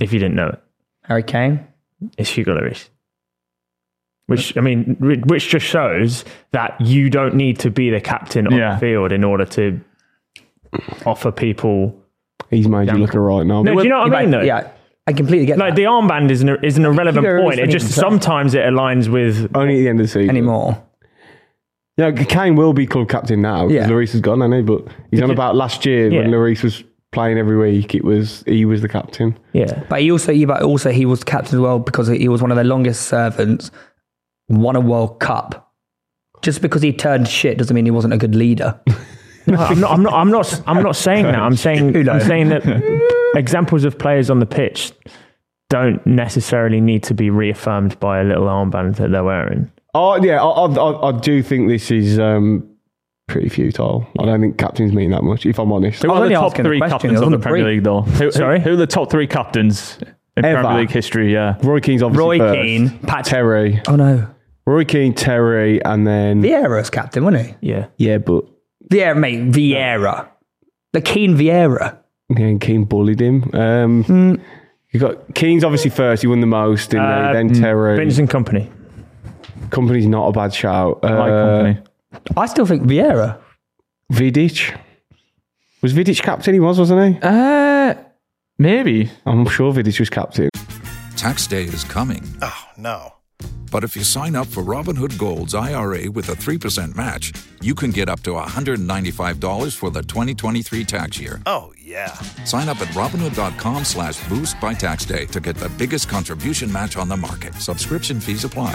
If you didn't know it,
Harry Kane?
it's Hugo Lloris. Which I mean, whi- which just shows that you don't need to be the captain on
Yeah.
the field in order to offer people.
He's made you look alright now.
No, do you know what I mean? Though,
Yeah, I completely get
Like
that
the armband is an is an irrelevant
Hugo Lloris
point. It
didn't
just
even play.
sometimes it aligns with.
Only at the end of the season.
anymore.
You know, Kane will be club captain now
Yeah.
because Lloris is gone, hasn't he? But he's on about last year when
Yeah.
Lloris was playing every week. It was he was the captain.
Yeah,
But he also, he, but also he was captain as well because he was one of the longest servants, won a World Cup. Just because he turned shit doesn't mean he wasn't a good leader.
No, I'm not. I'm not. I'm not. I'm not saying that. I'm saying.
Who
I'm
knows?
saying that examples of players on the pitch don't necessarily need to be reaffirmed by a little armband that they're wearing.
Oh yeah, I, I, I, I do think this is um, pretty futile. I don't think captains mean that much. If I'm honest,
Who
I was
are
only
the top
asking a
three
question,
captains
it
of the
wasn't a
Premier
brief.
League, though? Who, who-
Sorry?
Who, are the top three captains in
Ever.
Premier League history? Yeah.
Roy Keane's obviously
Roy
first.
Keane, Pat-
Terry,
Oh no.
Roy Keane, Terry, and then
Vieira was captain, wasn't he?
Yeah.
yeah, but
Vieira, mate, Vieira. The Keen Vieira.
yeah, and Keane bullied him. Um,
Hmm.
You got Keane's obviously first. He won the most, didn't
Uh,
he? Then Terry.
Vincent Company.
Company's not a bad shout.
My
Uh,
company.
I still think Vieira.
Vidic. Was Vidic captain? He was, wasn't he?
Uh, maybe.
I'm sure Vidic was captain.
Tax day is coming.
Oh, no.
But if you sign up for Robinhood Gold's IRA with a 3% match, you can get up to $195 for the 2023 tax year.
Oh, yeah.
Sign up at Robinhood.com slash boost by tax day to get the biggest contribution match on the market. Subscription fees apply.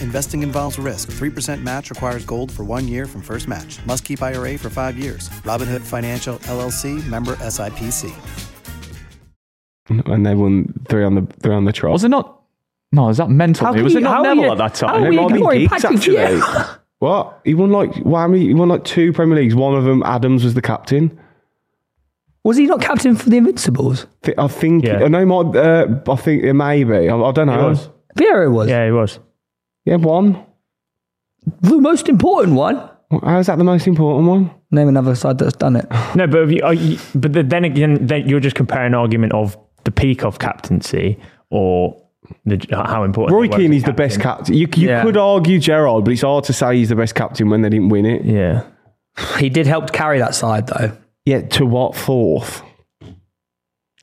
Investing involves risk. 3% match requires gold for one year from first match. Must keep IRA for five years. Robinhood Financial LLC member SIPC.
and they won three on the three on the trot.
Was it not? No, is that mental?
How
It
can
was
you-
it not
how
Neville
you-
at that
how
time?
are
It
you
might be
ignoring
Geeks,
Patrick Vieira?
What he won like whammy? He won like two Premier Leagues. One of them, Adams was the captain.
Was he not captain for the Invincibles?
Th- I think
Yeah.
I know. My, uh, I think it may be. I, I don't
He
know.
was.
Vieira was
Yeah, he was.
Yeah, one.
the most important one.
How Uh, is that the most important one?
Name another side that's done it.
No, but have you, are you, but the- then again, then you're just comparing argument of the peak of captaincy or the, how important.
Roy
they were as
Keane
a
is the best captain. You, you
Yeah.
could argue Gerard, but it's hard to say he's the best captain when they didn't win it.
Yeah,
He did help carry that side though.
Yeah, to what fourth?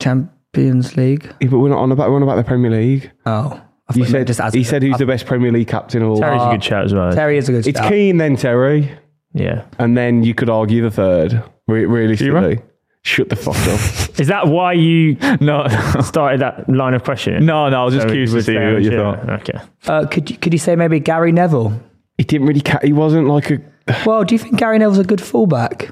Champions League.
Yeah, but we're not on about we're on about the Premier League.
Oh, I thought
You
meant
said
just as
he said who's the best Premier League captain of all.
Terry's
Uh,
a good shout as well.
Terry is a good.
It's
shout.
Keane then Terry,
Yeah,
and then you could argue the third. Re- realistically,
Shearer?
shut the fuck up.
is that why you
No,
started that line of questioning?
no, no. I was just
So
curious
it
to
was
see
there,
what you
yeah.
thought.
Okay.
Uh, could you, could you say maybe Gary Neville?
he didn't really. Ca- he wasn't like a.
Well, do you think Gary Neville's a good fullback?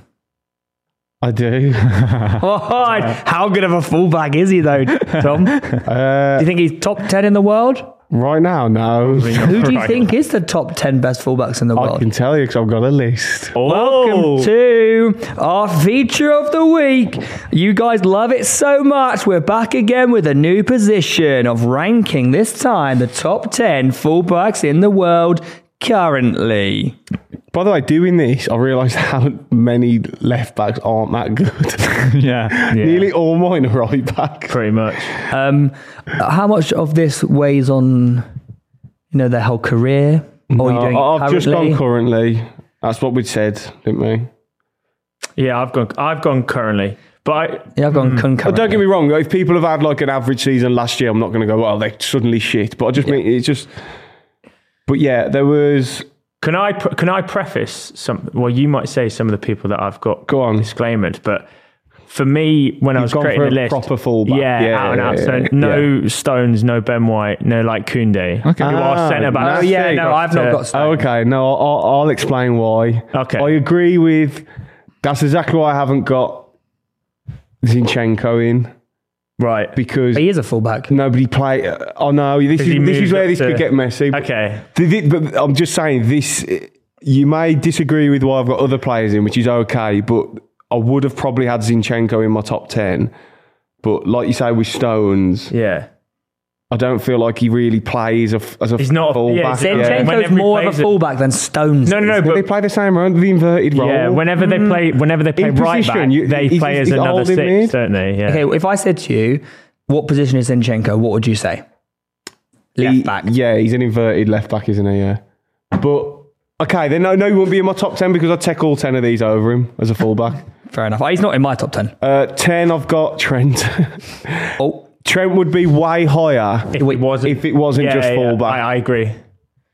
I do.
Oh, how good of a fullback is he though, Tom? do
Uh,
you think he's top ten in the world?
right now, no.
Who do you
Right.
think is the top ten best fullbacks in the
I
world?
can tell you because I've got a list.
Oh,
to our feature of the week. You guys love it so much. We're back again with a new position of ranking, this time the top 10 fullbacks in the world currently.
By the way, doing this, I realised how many left backs aren't that good.
yeah.
Nearly all mine are right back.
Pretty much.
Um, how much of this weighs on, you know, their whole career? Or are you doing it
Oh, I've just
currently?
gone currently. That's what we'd said, didn't we?
Yeah, I've gone. I've gone currently, but I,
yeah, I've gone concurrently.
Don't get me wrong. If people have had like an average season last year, I'm not going to go. Well, they suddenly shit. But I just mean it's just. But yeah, there was.
Can I pre- can I preface some? Well, you might say some of the people that I've got
Go on.
disclaimed, but for me, when I was
gone
creating
for
the
a
list,
proper fullback.
yeah,
Yeah,
out and
yeah,
out.
yeah,
so
yeah.
no Stones, no Ben White, no like Kunde, okay. who
Ah,
are centre Oh, backs.
no,
yeah, no, I've not got.
Oh, okay, no, I'll, I'll explain why.
Okay.
I agree with. That's exactly why I haven't got Zinchenko in
right.
because
He is a fullback.
nobody play. Oh no, this
Because he
is this is
moved
where
up
this
to-
could get messy.
Okay,
Th- th- But I'm just saying this. You may disagree with why I've got other players in, which is okay. But I would have probably had Zinchenko in my top ten. But like you say, with Stones,
yeah,
I don't feel like he really plays a f- as a
He's not a-
fullback.
yeah, Zinchenko-
yeah.
Zinchenko's
Whenever he
more of a
plays it-
fullback than Stones.
no, no, no,
But they
but.
play the same role, the inverted role. Hmm.
Yeah, whenever they play, whenever they play
In
right
position,
back,
you-
they
he's-
play
he's-
as
he's
another
holding
six,
mid.
don't they? Yeah.
Okay, well, if I said to you, what position is Zinchenko? What would you say?
He-
Left back.
Yeah, he's an inverted left back, isn't he? Yeah. But okay, then I know he won't be in my top ten because I'd take all ten of these over him as a fullback.
Fair enough. Oh, He's not in my top ten.
uh, ten, I've got Trent.
Oh,
Trent would be way higher
If it wasn't,
if it wasn't
yeah,
just
yeah,
fullback.
I, I agree.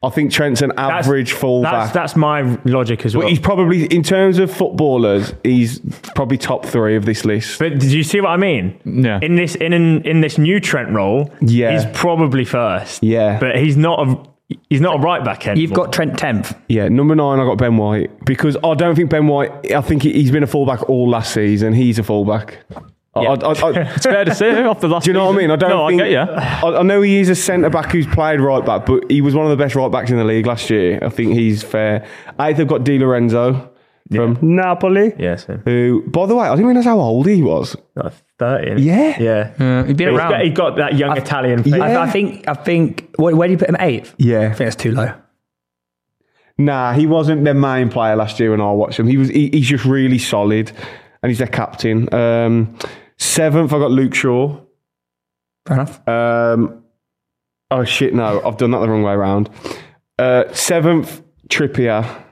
I, think Trent's an
That's-
average fullback.
That's, that's my logic as well.
but he's probably, in terms of footballers, he's probably top three of this list.
But did you see what I mean?
Yeah.
In this in in, in this new Trent role,
Yeah.
he's probably first.
Yeah.
But he's not a he's not a right back end.
you've got Trent tenth.
Yeah, number nine, I got Ben White because I don't think Ben White. I think he- he's been a fullback all last season. He's a fullback. I- I- I- I-
It's fair to say off the last.
Do you know what I
season.
mean? I don't.
No,
think,
I get you.
I, I know he is a centre back who's played right back, but he was one of the best right backs in the league last year. I think he's fair. Eighth, I've got Di Lorenzo from Napoli.
yeah, so
Who, by the way, I didn't realise how old he was.
like thirty.
Yeah.
yeah.
He's been
He's
around.
got, he got that young Italian. Face.
I, I think. I think. Where, where do you put him? Eighth. I
Yeah.
think that's too low.
Nah, he wasn't their main player last year when I watched him. He was. He, he's just really solid, and he's their captain. Um, seventh, I got Luke Shaw.
Fair enough.
Um, oh shit! No, I've done that the wrong way around. Uh, seventh Trippier.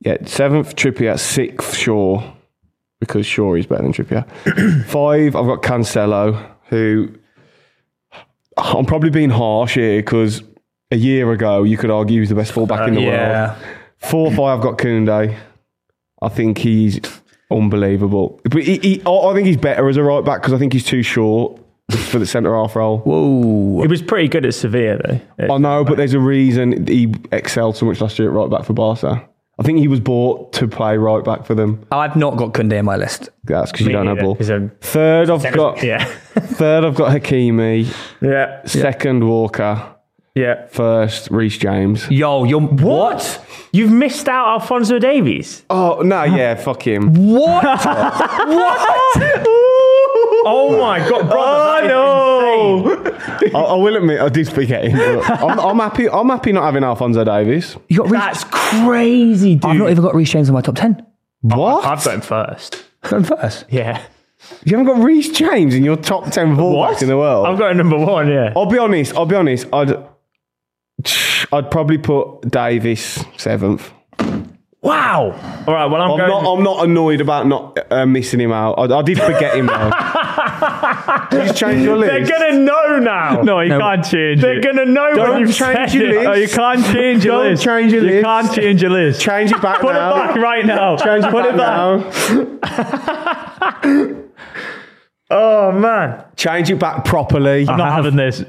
Yeah, seventh Trippier, sixth Shaw, because Shaw is better than Trippier. Five, I've got Cancelo, who I'm probably being harsh here because a year ago you could argue he's the best fullback in the world. Four, five, I've got Koundé. I think he's unbelievable, but he, he, I I think he's better as a right back because I think he's too short. for the centre half role.
He was pretty good at Sevilla, though.
I know, but there's a reason he excelled so much last year at right back for Barca. I think he was bought to play right back for them.
I've not got Kunde on my list.
That's because you don't have ball.
He's a-
Third, I've got
yeah,
third, I've got Hakimi.
yeah,
Second, Walker.
yeah.
First, Reece James.
Yo, you're
What? You've missed out Alfonso Davies.
Oh no, yeah, fuck him.
What? what?
Oh my god, brother!
Oh, I, I will admit, I did speak at him. but I'm, I'm happy. I'm happy not having Alfonso Davies.
You got Reece-
That's crazy, dude.
I've not even got Reece James in my top ten.
What?
I've got him first.
Going first.
Yeah.
you haven't got Reece James in your top ten fullbacks in the world.
I've got him number one. Yeah.
I'll be honest. I'll be honest. I'd I'd probably put Davis seventh.
Wow. All right. Well, I'm,
I'm
going.
not. I'm not annoyed about not uh, missing him out. I, I did forget him though. Did you change your
they're
list?
gonna know now.
No, you can't change
They're
it.
gonna know
Don't
when you've
change
said
your
it.
No, Oh, you can't change your
Don't
list.
change your
you
list.
can't change your list.
Change it back
Put
now.
it back right now.
Change it back
Put it back.
now.
Oh man.
Change it back properly.
Uh-huh.
I'm not having this.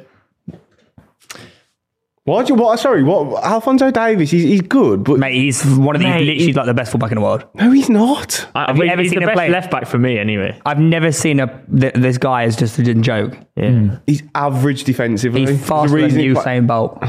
What? What? Sorry. What? Alfonso Davis. He's, he's good, but
Mate, he's one of the
Mate,
he's literally
he-
like the best fullback in the world.
no, he's not.
I,
Have
mean,
you ever
he's
seen
the
him
best
play?
left back for me, anyway.
I've never seen a th- this guy is just a joke.
Yeah.
He's average defensively.
He's
There's a
faster than
reason he
you,
pla-
Usain Bolt.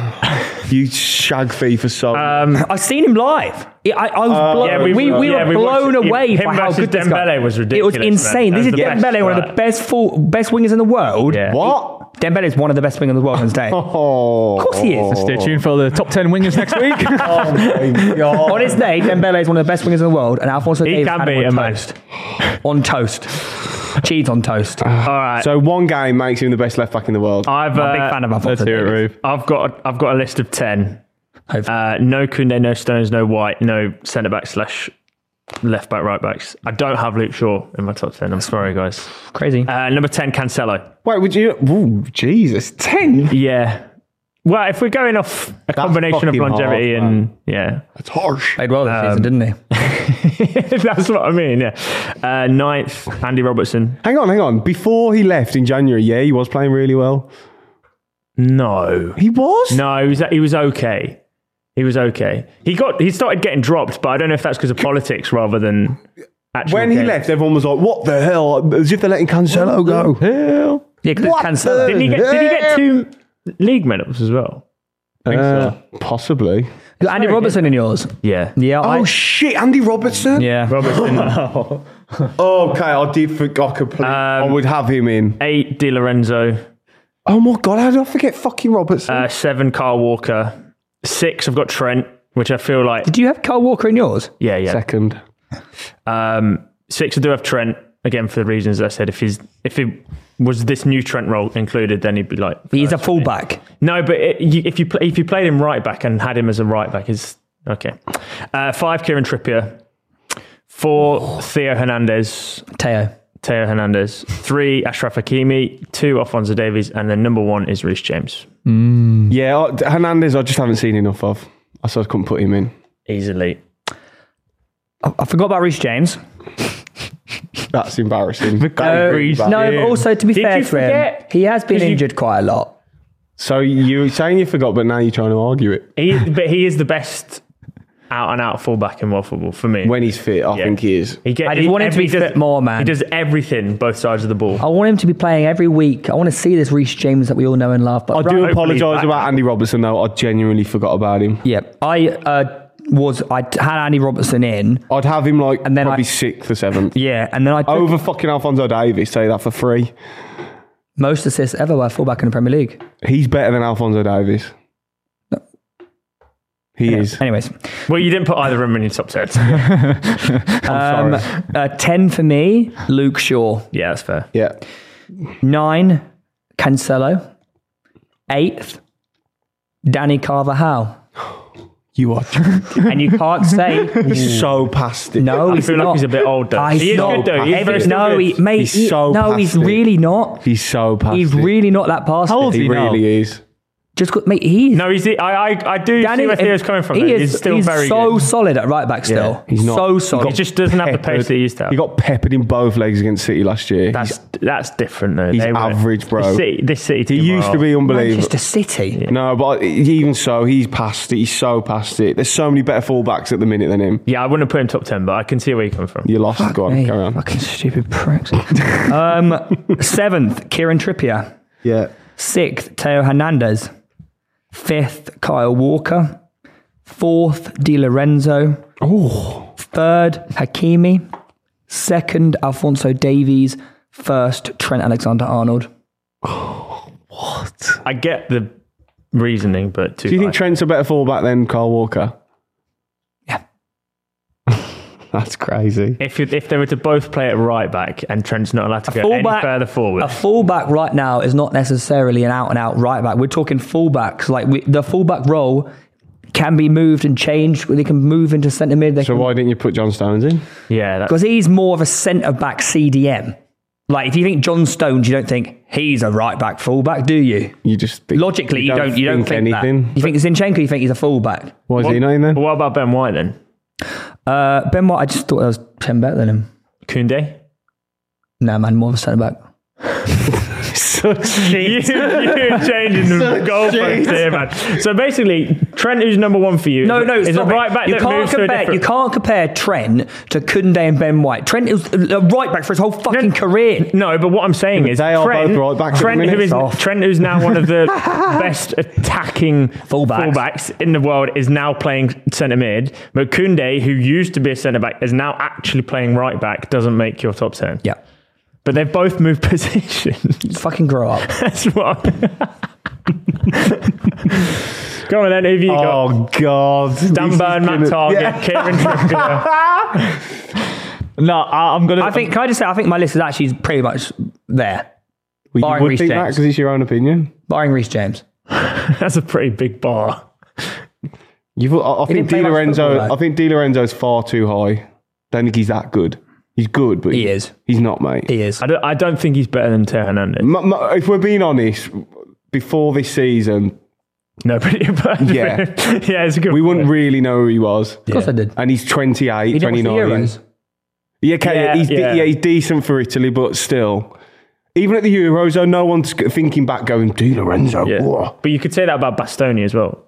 You shag fee for so.
I've seen him live. I, I- I was blown,
yeah,
we,
we-
we
yeah,
were
Uh, we watched
blown
him-
away
him
by how
versus
good this guy-
Dembele was
It
ridiculous,
was
man.
insane.
That
This
was
is
the best
Dembele, one of the
player.
best full, best wingers in the world.
Yeah.
what?
Dembele is one of the best wingers in the world on his day. on
Oh, of
course he is.
Stay tuned for the top 10 wingers next week.
Oh.
his day, Dembele is one of the best wingers in the world, and Alfonso
He
Davies
can
had
be
him
a
on
man.
toast. on toast. Cheese on toast.
All right.
So one game makes him the best left back in the world.
I'm
I've
a
uh,
big fan of
Let's
Alfonso
hear it,
Davies.
Roof.
I've got I've got a list of ten.
Hopefully.
Uh, no Kunde, no Stones, no White, no centre back slash left back, right backs. I don't have Luke Shaw in my top ten. I'm sorry, guys.
Crazy.
Uh, number ten, Cancelo.
Wait, would you? Ooh, Jesus, ten.
Yeah. Well, if we're going off a combination of
fucking
longevity
hard,
and yeah,
That's harsh.
Played well
um,
this season, didn't he?
that's what I mean. Yeah. Uh, ninth, Andy Robertson.
Hang on, hang on. Before he left in January, yeah, he was playing really well.
No,
He was.
no, he was he was okay. He was okay. He got he started getting dropped, but I don't know if that's because of politics rather than. actual
When he
game.
left, everyone was like, "What the hell?" As if they're letting Cancelo go. Hell.
Yeah, because it's
What
Cancelo.
the-
Didn't he get, did he
Yeah.
get two league medals as well?
Uh, possibly.
Andy Robertson in yours.
Yeah.
Yeah. I,
Oh shit, Andy Robertson.
yeah.
Robertson,
Okay, I did forget. I completely. I would have him in.
eight, Di Lorenzo,
Oh my god, how did I forget fucking Robertson?
uh, seven, Carl Walker, six, I've got Trent, which I feel like,
Do you have Carl Walker in yours?
yeah, yeah.
Second.
Um, six, I do have Trent, again, for the reasons I said. If he's, if he was this new Trent role included, then he'd be like,
He's a fullback.
no, but it, you, if, you pl- if you played him right back and had him as a right back, is okay. Uh, five, Kieran Trippier, four, Theo Hernandez,
Teo.
Teo Hernandez, three Ashraf Hakimi, two Alfonso Davies, and then number one is Reece James.
Yeah, I- Hernandez. I just haven't seen enough of. I said I couldn't put him in.
Easily.
I, I forgot about Reece James.
That's embarrassing. That
Uh,
is really bad.
no, but also to be
Did
fair
you
to him,
forget?
he has been
Did you-
injured quite a lot.
So you were saying you forgot, but now you're trying to argue it.
He, but he is the best out and out fullback in world football for me.
When he's fit, I
Yeah.
think he is.
he get,
I just
he-
want him to be
he does-
fit more, man.
He does everything, both sides of the ball.
I want him to be playing every week. I want to see this Reece James that we all know and love. But
I do
Hopefully he's
apologise
back.
about Andy Robertson though. I genuinely forgot about him.
Yeah, I uh, was I t- had Andy Robertson in.
I'd have him like
And then
probably
I-
sixth or seventh.
Yeah, and then I took
Over fucking Alfonso Davies, say that for free.
most assists ever by a fullback in the Premier League.
He's better than Alfonso Davies. He is.
Anyways,
Well, you didn't put either of them in your top 10.
um, uh, ten for me, Luke Shaw.
yeah, that's fair.
Yeah.
Nine, Cancelo. Eighth, Danny Carvajal.
You are
And you can't say
so past it.
no.
I
he's
feel like
not.
he's a bit old, though.
Ah, he's
He is
not.
good, though. He is very
no,
good.
he, mate,
He's
he-
so
no, he's
plastic.
really not.
He's so past
He's
it.
really not that past.
How old is
He
he now?
really is.
Just got, mate, he's
No, he's. The, I, I, I do see where Theo's coming from.
uh, He
though.
is
he's still
he's
very
so
good.
solid at right back still.
Yeah,
he's not-
so
he
solid.
He just doesn't have the
peppered.
pace that he used to have.
He got peppered in both legs against City last year.
that's that's different though.
He's
They were-
average, bro.
This city, this city
he
team were
used to
all-
be unbelievable.
Manchester City.
No, but even so, he's past it. He's so past it. There's so many better fullbacks at the minute than him.
Yeah, I wouldn't have put him top ten, but I can see where you come from.
You lost. Go on,
Hey,
carry on.
Fucking stupid pricks. um, seventh, Kieran Trippier.
Yeah.
Sixth, Teo Hernandez. Fifth, Kyle Walker. Fourth, Di Lorenzo.
Oh,
Third, Hakimi. Second, Alfonso Davies. First, Trent Alexander Arnold.
I get the reasoning, but too
do you think
high.
Trent's a better fullback than Carl Walker?
Yeah.
That's crazy.
if you, if they were to both play it right back and Trent's not allowed to go
fullback-
any further forward,
A fullback right now is not necessarily an out and out right back. We're talking fullbacks. Like we, the fullback role can be moved and changed. They can move into centre mid. They
So
can
why didn't you put John Stones in?
yeah, that's
because he's more of a centre back CDM. Like if you think John Stones, you don't think he's a right back fullback, do you?
You just think,
Logically, you don't. You don't think,
anything.
that. You think Zinchenko? You think he's a fullback?
Why is he not in there?
But what about Ben White then?
Uh, ben White, I just thought I was ten better than him.
Kunde?
No man, more of a centre back.
you, you're changing the goalposts here, man. So basically, Trent, who's number one for you,
No, no,
is a
stop it.
right back
You
that
can't
moves to a
compare.
different.
You can't compare Trent to Kunde and Ben White. Trent was a right back for his whole fucking career.
No, but what I'm saying is
they are
Trent,
both right backs at the
Trent, who
minute.
is
Oh.
Trent, who's now one of the best attacking
Fullbacks.
fullbacks in the world, is now playing centre mid. But Kunde, who used to be a centre back, is now actually playing right back. Doesn't make your top ten.
Yeah,
But they've both moved positions.
fucking grow up.
That's what. Go on then. Who have you got?
Oh God!
Dan
This
Burn, Matt
is gonna-
Target,
Yeah.
Kieran Trippier.
No, I, I'm gonna.
I think. Can I just say? I think my list is actually pretty much there,
Well,
Barring
you would
Reece
think that
James.
because it's your own opinion.
barring Reece James.
That's a pretty big bar.
You've, I, I
didn't
think
play
Di
much
Lorenzo.
football, though.
I think Di Lorenzo's far too high. Don't think he's that good. He's good, but
He is.
He's not, mate.
He is.
I don't, I don't think he's better than Teo Hernandez.
M- m- if we're being honest, before this season,
No, but, but
Yeah.
yeah, it's a good.
we wouldn't really know who he was.
Of course I did.
And he's 28,
He didn't watch the
29.
Euros.
Yeah, okay,
Yeah,
he's de-
yeah.
yeah. he's decent for Italy, but still. Even at the Euros, though, no one's g- thinking back going, Di Lorenzo.
Yeah.
whoa."
But you could say that about Bastoni as well.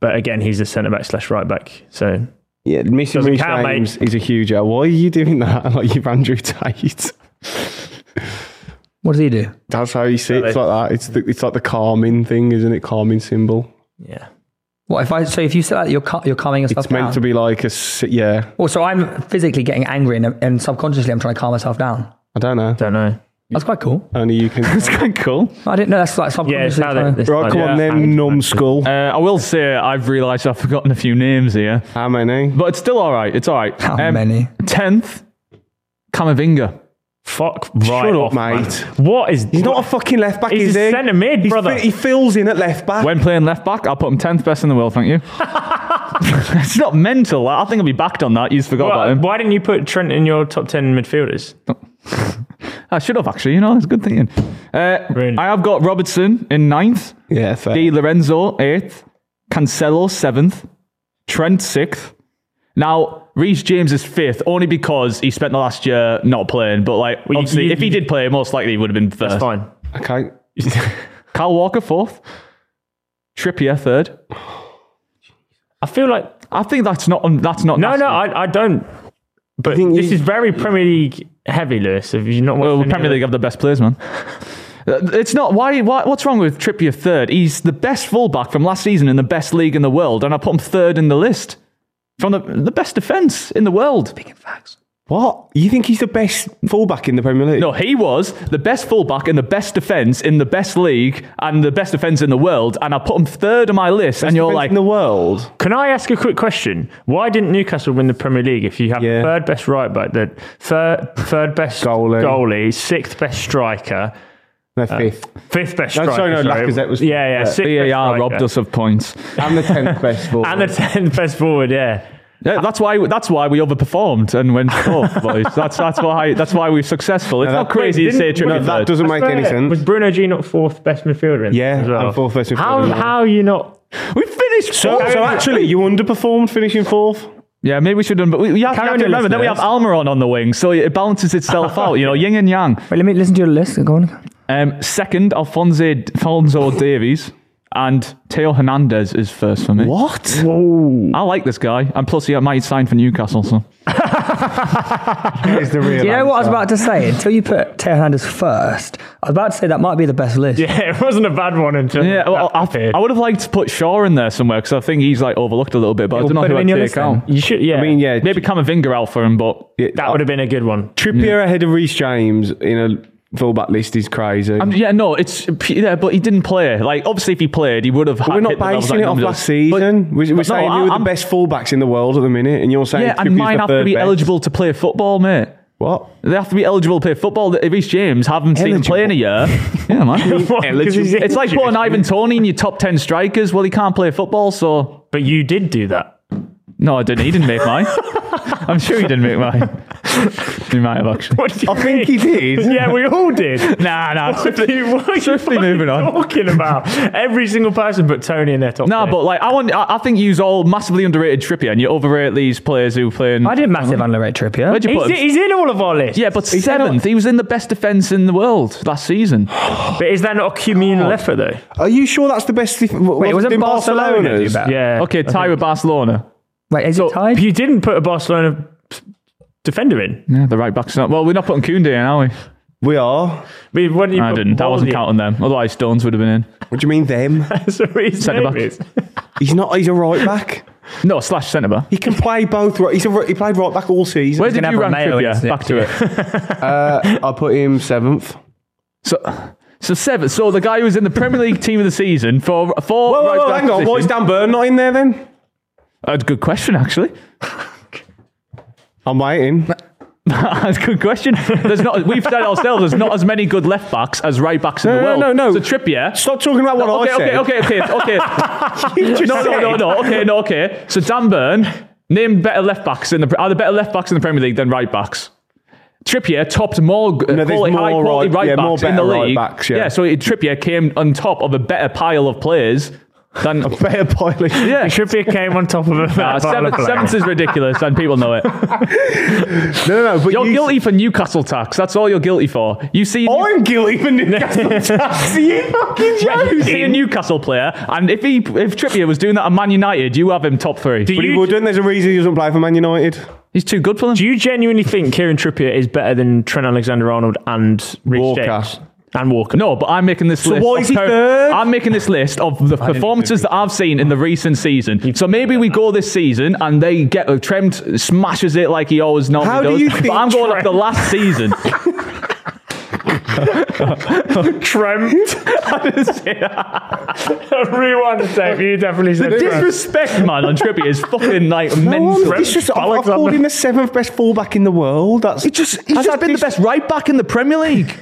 But again, he's a centre back slash right back. So
Yeah, missing
Doesn't
Reece
count, mate.
James is a huge L. Why are you doing that? Like you've Andrew Tate.
What does he do?
That's how you see it. It's
Really?
like that. It's, the, it's like the calming thing, isn't it? Calming symbol.
yeah,
What if I? So if you said that you're cal- you're calming yourself
It's meant
down.
to be like a, s- yeah,
Well, so I'm physically getting angry and, and subconsciously I'm trying to calm myself down.
I don't know.
don't know.
That's quite cool.
Only you can.
it's kind of cool.
I didn't know that's like
Yeah, it's
subconsciously.
how
trying
they,
to-
it's
Right, come
yeah.
on then, numbskull.
Uh, I will say I've realised I've forgotten a few names here,
How many?
but it's still all right. It's all right. Um,
How many?
Tenth, Kamavinga.
Fuck right
Shut
off,
up,
man.
mate.
What is?
He's not a fucking left back,
He's
is
a
he?
centre mid,
He's
brother.
fi- he fills in at left back.
When playing left back, I'll put him tenth best in the world. Thank you. it's not mental. I think I'll be backed on that. You forgot about
Why,
him.
why didn't you put Trent in your top ten midfielders?
I should have actually. You know, it's good thinking. Uh,
Really?
I have got Robertson in ninth,
yeah, fair.
Di Lorenzo eighth, Cancelo seventh, Trent sixth. Now Reece James is fifth, only because he spent the last year not playing. But like,
you-
obviously,
you-
if he did play, most likely he would have been first.
That's fine.
Okay.
Kyle Walker fourth, Trippier third.
I feel like
I think that's not um, that's not
no,
nasty.
no, I, I don't. But
think
this
you-
is very Premier League heavy, Lewis. If you not watched
Well,
any
Premier
other-
League have the best players, man. Uh, It's not why, why. What's wrong with Trippier third? He's the best fullback from last season in the best league in the world, and I put him third in the list from the the best defense in the world.
What? You think he's the best fullback in the Premier League?
No, he was the best fullback and the best defense in the best league and the best defense in the world, and I put him third on my list. and you're
Defence
like,
in the world.
Can I ask a quick question? Why didn't Newcastle win the Premier League if you have
Yeah.
third best right back, the third third best
Goalie.
sixth best striker,
No,
Uh,
fifth.
fifth best
No,
striker?
sorry, no, Lacazette was-
yeah, yeah,
yeah.
sixth best
VAR
striker.
robbed us of points.
I'm the tenth best fullback.
and the tenth best forward. Yeah,
Yeah, that's why that's why we overperformed and went fourth, boys. That's that's why that's why we're successful. It's
that-
not crazy to say
Didn't-
Trinity
no,
That
third.
doesn't make any sense.
Was Bruno G not fourth best midfielder in
Yeah,
as well?
and fourth best midfielder
How,
as well.
how are you not?
we finished
So,
fourth.
so actually, you underperformed finishing fourth.
Yeah, maybe we should. But we, we have,
Carry
you have
on,
to
your
remember. Then we have
listeners.
Almiron on the wing, so it balances itself out. You know, yin and yang.
Wait, let me listen to your list. Go on.
Um, second, Alfonso, Alfonso Davies, and Teo Hernandez is first for me.
What?
I like this guy, and plus he might sign for Newcastle. So
That is the real.
You know what I was about to say? Until you put Teo Hernandez first, I was about to say that might be the best list.
Yeah, it wasn't a bad one until.
yeah, well, I,
appeared.
I would have liked to put Shaw in there somewhere because I think he's like overlooked a little bit, but I don't know
put him
who I'd
in your
take
list then.
out.
you should. Yeah,
I mean, yeah,
Maybe Camavinga out for him, but
that would have been a good one.
Trippier ahead of Reece James in a fullback list is crazy.
Um, yeah, no, it's yeah, but he didn't play. Like, obviously, if he played, he would have.
But we're not basing it off last season. we're we're saying you were the best fullbacks in the world at the minute, and you're saying
Yeah, and
Trippier's
mine
the
have to
third
be
best.
eligible to play football, mate.
What?
They have to be eligible to play football. If Reece James haven't seen him
Eligible.
play in a year, yeah, man.
eligible?
it's like putting Ivan Tony in your top ten strikers. Well, he can't play football, so
But you did do that.
no, I didn't. He didn't make mine. I'm sure he didn't make mine. he might have actually.
What do you
I think he did.
Yeah, we all did.
Nah, nah.
What are you, what are you
swiftly
fucking
moving on.
talking about? Every single person but Tony in their top.
Nah,
three.
but like I want, I, I think you's all massively underrated Trippier, and you overrate these players who play in.
I did massive underrate Trippier.
Where'd you
he's,
put him?
he's in all of our lists.
Yeah, but seventh. He was in the best defence in the world last season.
But is that not a communal effort though?
Are you sure that's the best? Wait,
wasn't Barcelona do that?
Yeah.
okay, tie with Barcelona.
Wait, is it tied?
You didn't put a Barcelona defender in.
Yeah, the right back's not. Well, we're not putting Koundé in, are we?
We are.
We, when you
I
put
didn't. I wasn't
Baldi in,
counting them. Otherwise, Stones would have been in.
What do you mean them?
That's what his
Centre
name
back.
is.
He's not. He's a right back.
No, slash centre back.
He can play both. ri- He's a, ri- he played right back all season. Uh,
Where did
gonna
you
have
rank
Romeo in
Trippier?
it
Back to it.
I put him seventh.
So, so seventh. So the guy who was in the Premier League team of the season for four.
Whoa,
right
whoa,
back
Oh, hang on. Why is
position-
Dan Burn not in there then?
That's a good question, actually.
I'm waiting.
That's a good question. There's not. We've said ourselves. There's not as many good left backs as right backs in
No,
the
no,
world.
no, no.
So Trippier.
Stop talking about what
okay,
I said.
okay, okay, okay, okay, no, no, no, no. Okay, no, okay. So Dan Burn, name better left backs in the are there better left backs in the Premier League than right backs? Trippier topped more g-
No, there's
quality, high
more
quality
right-
right
yeah, more
backs in the
better right
league.
backs, yeah.
so it, Trippier came on top of a better pile of players than
Better pilot.
yeah.
Trippier came on top of a
Nah,
pile of
seventh,
players.
seventh is ridiculous, and people know it.
No, no, no. But
You're
you-
guilty for Newcastle tax. That's all you're guilty for. You see,
I'm guilty for Newcastle. tax. Are you fucking
you
joking?
see a Newcastle player, and if he, if Trippier was doing that at Man United, you have him top three.
Do
But he
you,
wouldn't. There's a reason he doesn't play for Man United.
He's too good for them.
do you genuinely think Kieran Trippier is better than Trent Alexander-Arnold and Reece
Walker.
James? and Walker?
No, but I'm making this list.
why
of
is he third?
I'm making this list of the performances that I've seen in the recent season. So maybe we go this season and they get uh, Trent smashes it like he always normally
How do
does.
you
but
think
I'm going off the
Trent-
last season.
Trent. Rewind the tape. You definitely said Trent.
Disrespect, man, on Trippier is fucking like mental.
It's just I've, I've called him the seventh best fullback in the world. That's it. Just
Has that been the best right back in the Premier League?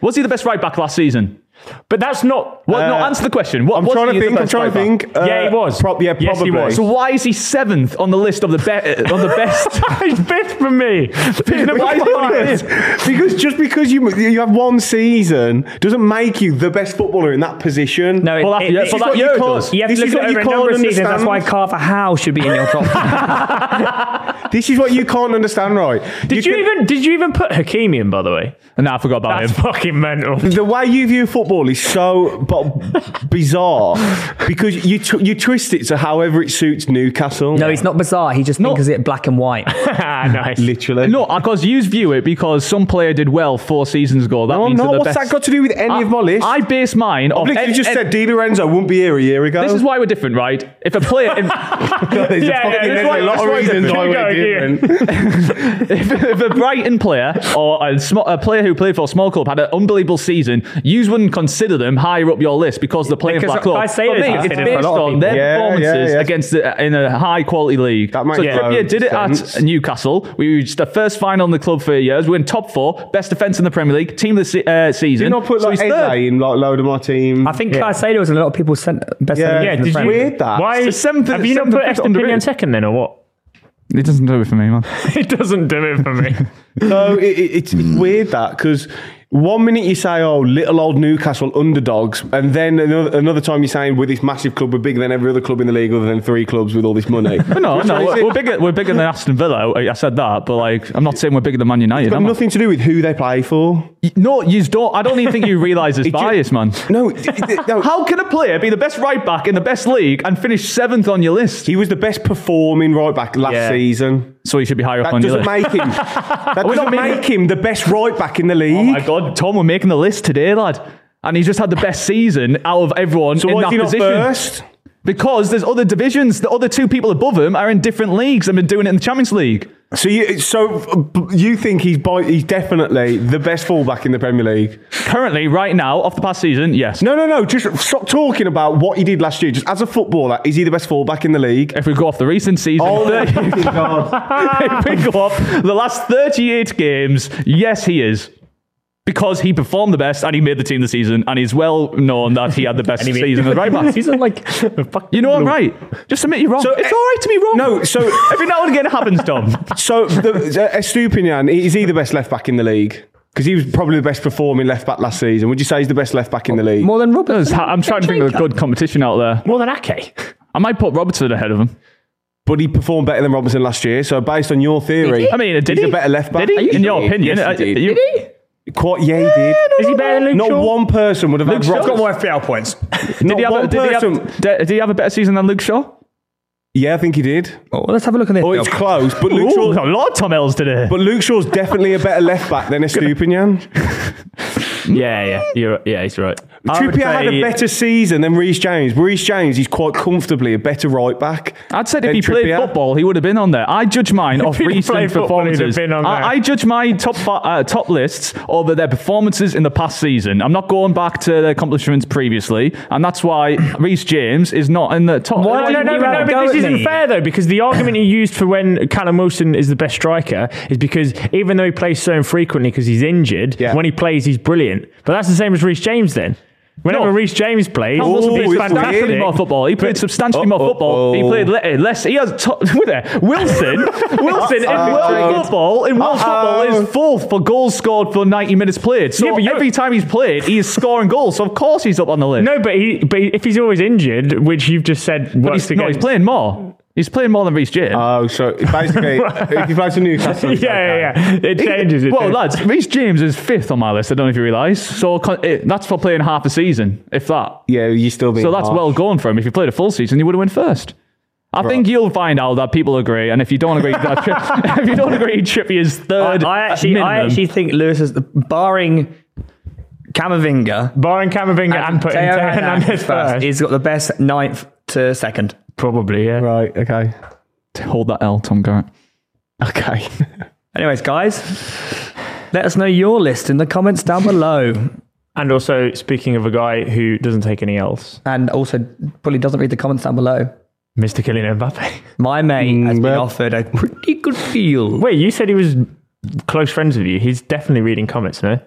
Was he the best right back last season?
But that's not
Well, no,
Uh,
answer the question. What,
I'm
was
trying
he
to
the
think. I'm
best
trying to
right back?
think. Uh,
Yeah, he was.
Prob- yeah,
Yes, he
probably.
was.
So why is he seventh on the list of the be- uh, on the best?
He's fifth for me. He's number
Why is
five.
it? because just because you you have one season doesn't make you the best footballer in that position.
No, it-
Well, that-
it-
yeah,
it-
well, that
what
year
you
it
can't-
does.
you have to
this
look
is
at
what
it
you
over a
can't
number of seasons. That's why
understand.
Carver Howe should be in your top.
This is what you can't understand, right?
Did you
can-
even did you even put Hakimi in? By the way,
nah, I forgot about
that's
him.
fucking mental.
The way you view football is so b- bizarre because you tw- you twist it to however it suits Newcastle.
no, it's not bizarre. He just thinks it black and white.
ah, nice.
literally.
No, because you view it because some player did well four seasons ago. That
No, I'm
means they're
not.
the
What's that
best.
got to do with any of my list?
I base mine off.
literally
and-
just
and-
said Di Lorenzo wouldn't be here a year ago.
This is why we're different, right? If a player, if,
there's
Yeah, yeah, that's
fucking- there's
why-
a lot
that's
of
why it's
reasons
different.
why we're
Here we go,
different.
if, if a Brighton player or a, sm- a player who played for a small club had an unbelievable season, you wouldn't consider them higher up your list because they're playing
Because
for a club.
I say it
But
is
mate, it's
considered for a
based
lot of
on
people.
their
Yeah, yeah,
performances
yeah.
against the, in a high quality league.
That makes
so
yeah,
Trippier did it
sense.
at Newcastle. We were just the first final in the club for years. We went top four, best defense in the Premier League, team of the se- uh, season.
Did not put
so
like
he's third.
Eze in like load of my team.
I think yeah. Caicedo was in a lot of people's cent- best.
Yeah.
centre backs
Yeah,
in the
did you-
Premier League.
Weird that.
Why
It's the seventh-
have you not
seventh
put
and fifth
Aston Villa in
underrated.
second then, or what?
It doesn't do it for me, man.
it doesn't do it for me.
No, it, it, it's, it's weird that because one minute you say, "Oh, little old Newcastle underdogs," and then another, another time you're saying, "We're this massive club, we're bigger than every other club in the league, other than three clubs with all this money."
But no,
Which
no,
is-
we're, we're bigger. We're bigger than Aston Villa. I I said that, but like, I'm not saying we're bigger than Man United.
It's got
am I?
nothing to do with who they play for.
Y- No, you don't. I don't even think you realise it's
It ju-
bias, man.
No, it- it- no.
How can a player be the best right back in the best league and finish seventh on your list?
He was the best performing right back last
Yeah.
season.
So he should be higher up
That
on your
doesn't
list.
make him. That
We're not
doesn't
making-
make him the best right back in the league.
oh my god, Tom, we're making the list today, lad. And he's just had the best season out of everyone
so
in
why is
that
he not
position.
first?
Because there's other divisions. The other two people above him are in different leagues and been doing it in the Champions League.
So you, so uh, b- you think he's by, he's definitely the best fullback in the Premier League?
Currently, right now, off the past season, yes.
No, no, no. Just stop talking about what he did last year. Just as a footballer, is he the best fullback in the league?
If we go off the recent season,
Oh my fucking
if we go off the last 38 games, yes, he is. Because he performed the best and he made the team the season, and he's well known that he had the best season as right back.
He's like, fuck
You know I'm right. Just admit you're wrong.
So,
it's
eh,
all right to be wrong.
no, so-
every now and again it happens, Tom.
So, the, uh, Estupinian, is he the best left back in the league? Because he was probably the best performing left back last season. Would you say he's the best left back in the league?
More than Robertson.
I'm trying to think of a good competition out there.
more than Ake.
I might put Robertson ahead of him.
But he performed better than Robinson last year. So, based on your theory,
I mean, did
he's
he?
a better left back.
Did he? In your
Yes,
opinion,
he
uh,
did.
you-
Quite, yeah, he did.
Is he better than Luke
Not
Shaw?
one person would have had
Shaw's
Robertson.
got more
FPL points.
Not
Did he, have
one
a, did, he
person.
have, did- did he have a better season than Luke Shaw?
Yeah, I think he did.
Well, let's have a look at this.
Oh, it's close. But Luke,
Ooh,
Shaw,
a lot of Tom Ells today.
but Luke Shaw's definitely a better left back than Estupinian.
Yeah, yeah, you're, yeah, he's right.
I would
Trippier had
say-
a better season than Reece James. Reece James, he's quite comfortably a better right back.
I'd said if
than
he played
Trippier.
football, he would have been on there. I judge mine off
he'd
recent
played football, he'd have
performances.
been on there.
I, I judge my top fi- uh, top lists over their performances in the past season. I'm not going back to their accomplishments previously, and that's why Reece James is not in the top.
Why
No,
do
no, no,
you
no, no,
have a
but
go
this
at
isn't
me?
fair though, because the argument he used for when Callum Wilson is the best striker is because even though he plays so infrequently because he's injured,
Yeah.
when he plays he's brilliant. But that's the same as Reece James then. Whenever
No.
Reece James plays,
Tom Wilson
Ooh,
played
it's
substantially
weird.
more football. He played substantially more
Uh-oh.
football. He played le- eh, less. He has top, with there. Wilson, Wilson in
Uh-oh.
world football in world football
Uh-oh.
is fourth for goals scored for ninety minutes played. So
Yeah, but you're-
every time he's played, he is scoring goals. So of course he's up on the list.
No, but he, but if he's always injured, which you've just said,
But
works
he's, no, he's
against-
playing more. He's playing more than Reece James.
Oh, so basically, if he plays for Newcastle, he's okay.
Yeah, yeah, yeah. It
He-
changes. It
well,
changes.
lads, Reece James is fifth on my list. I don't know if you realise. So con- it, that's for playing half a season, if that.
Yeah, you still being
So that's
harsh.
well gone for him. If he played a full season, he would have won first. I think you'll find out that people agree, and if you don't agree, that Tri- if you don't agree, Trippy is
I,
third.
I
at
actually, I
minimum.
actually think Lewis is barring Camavinga
Barring Camavinga and, putting
Teo
Teo
Hernandez
Hernandez first.
He's got the best ninth to second.
Probably, yeah.
Right, okay.
hold that L, Tom Garrett.
Okay.
Anyways, guys, let us know your list in the comments down below,
And also, speaking of a guy who doesn't take any else,
and also probably doesn't read the comments down below.
Mr. Kylian Mbappe.
My mate has been
Mm, well-
offered a pretty good deal.
Wait, you said he was close friends with you. He's definitely reading comments, no?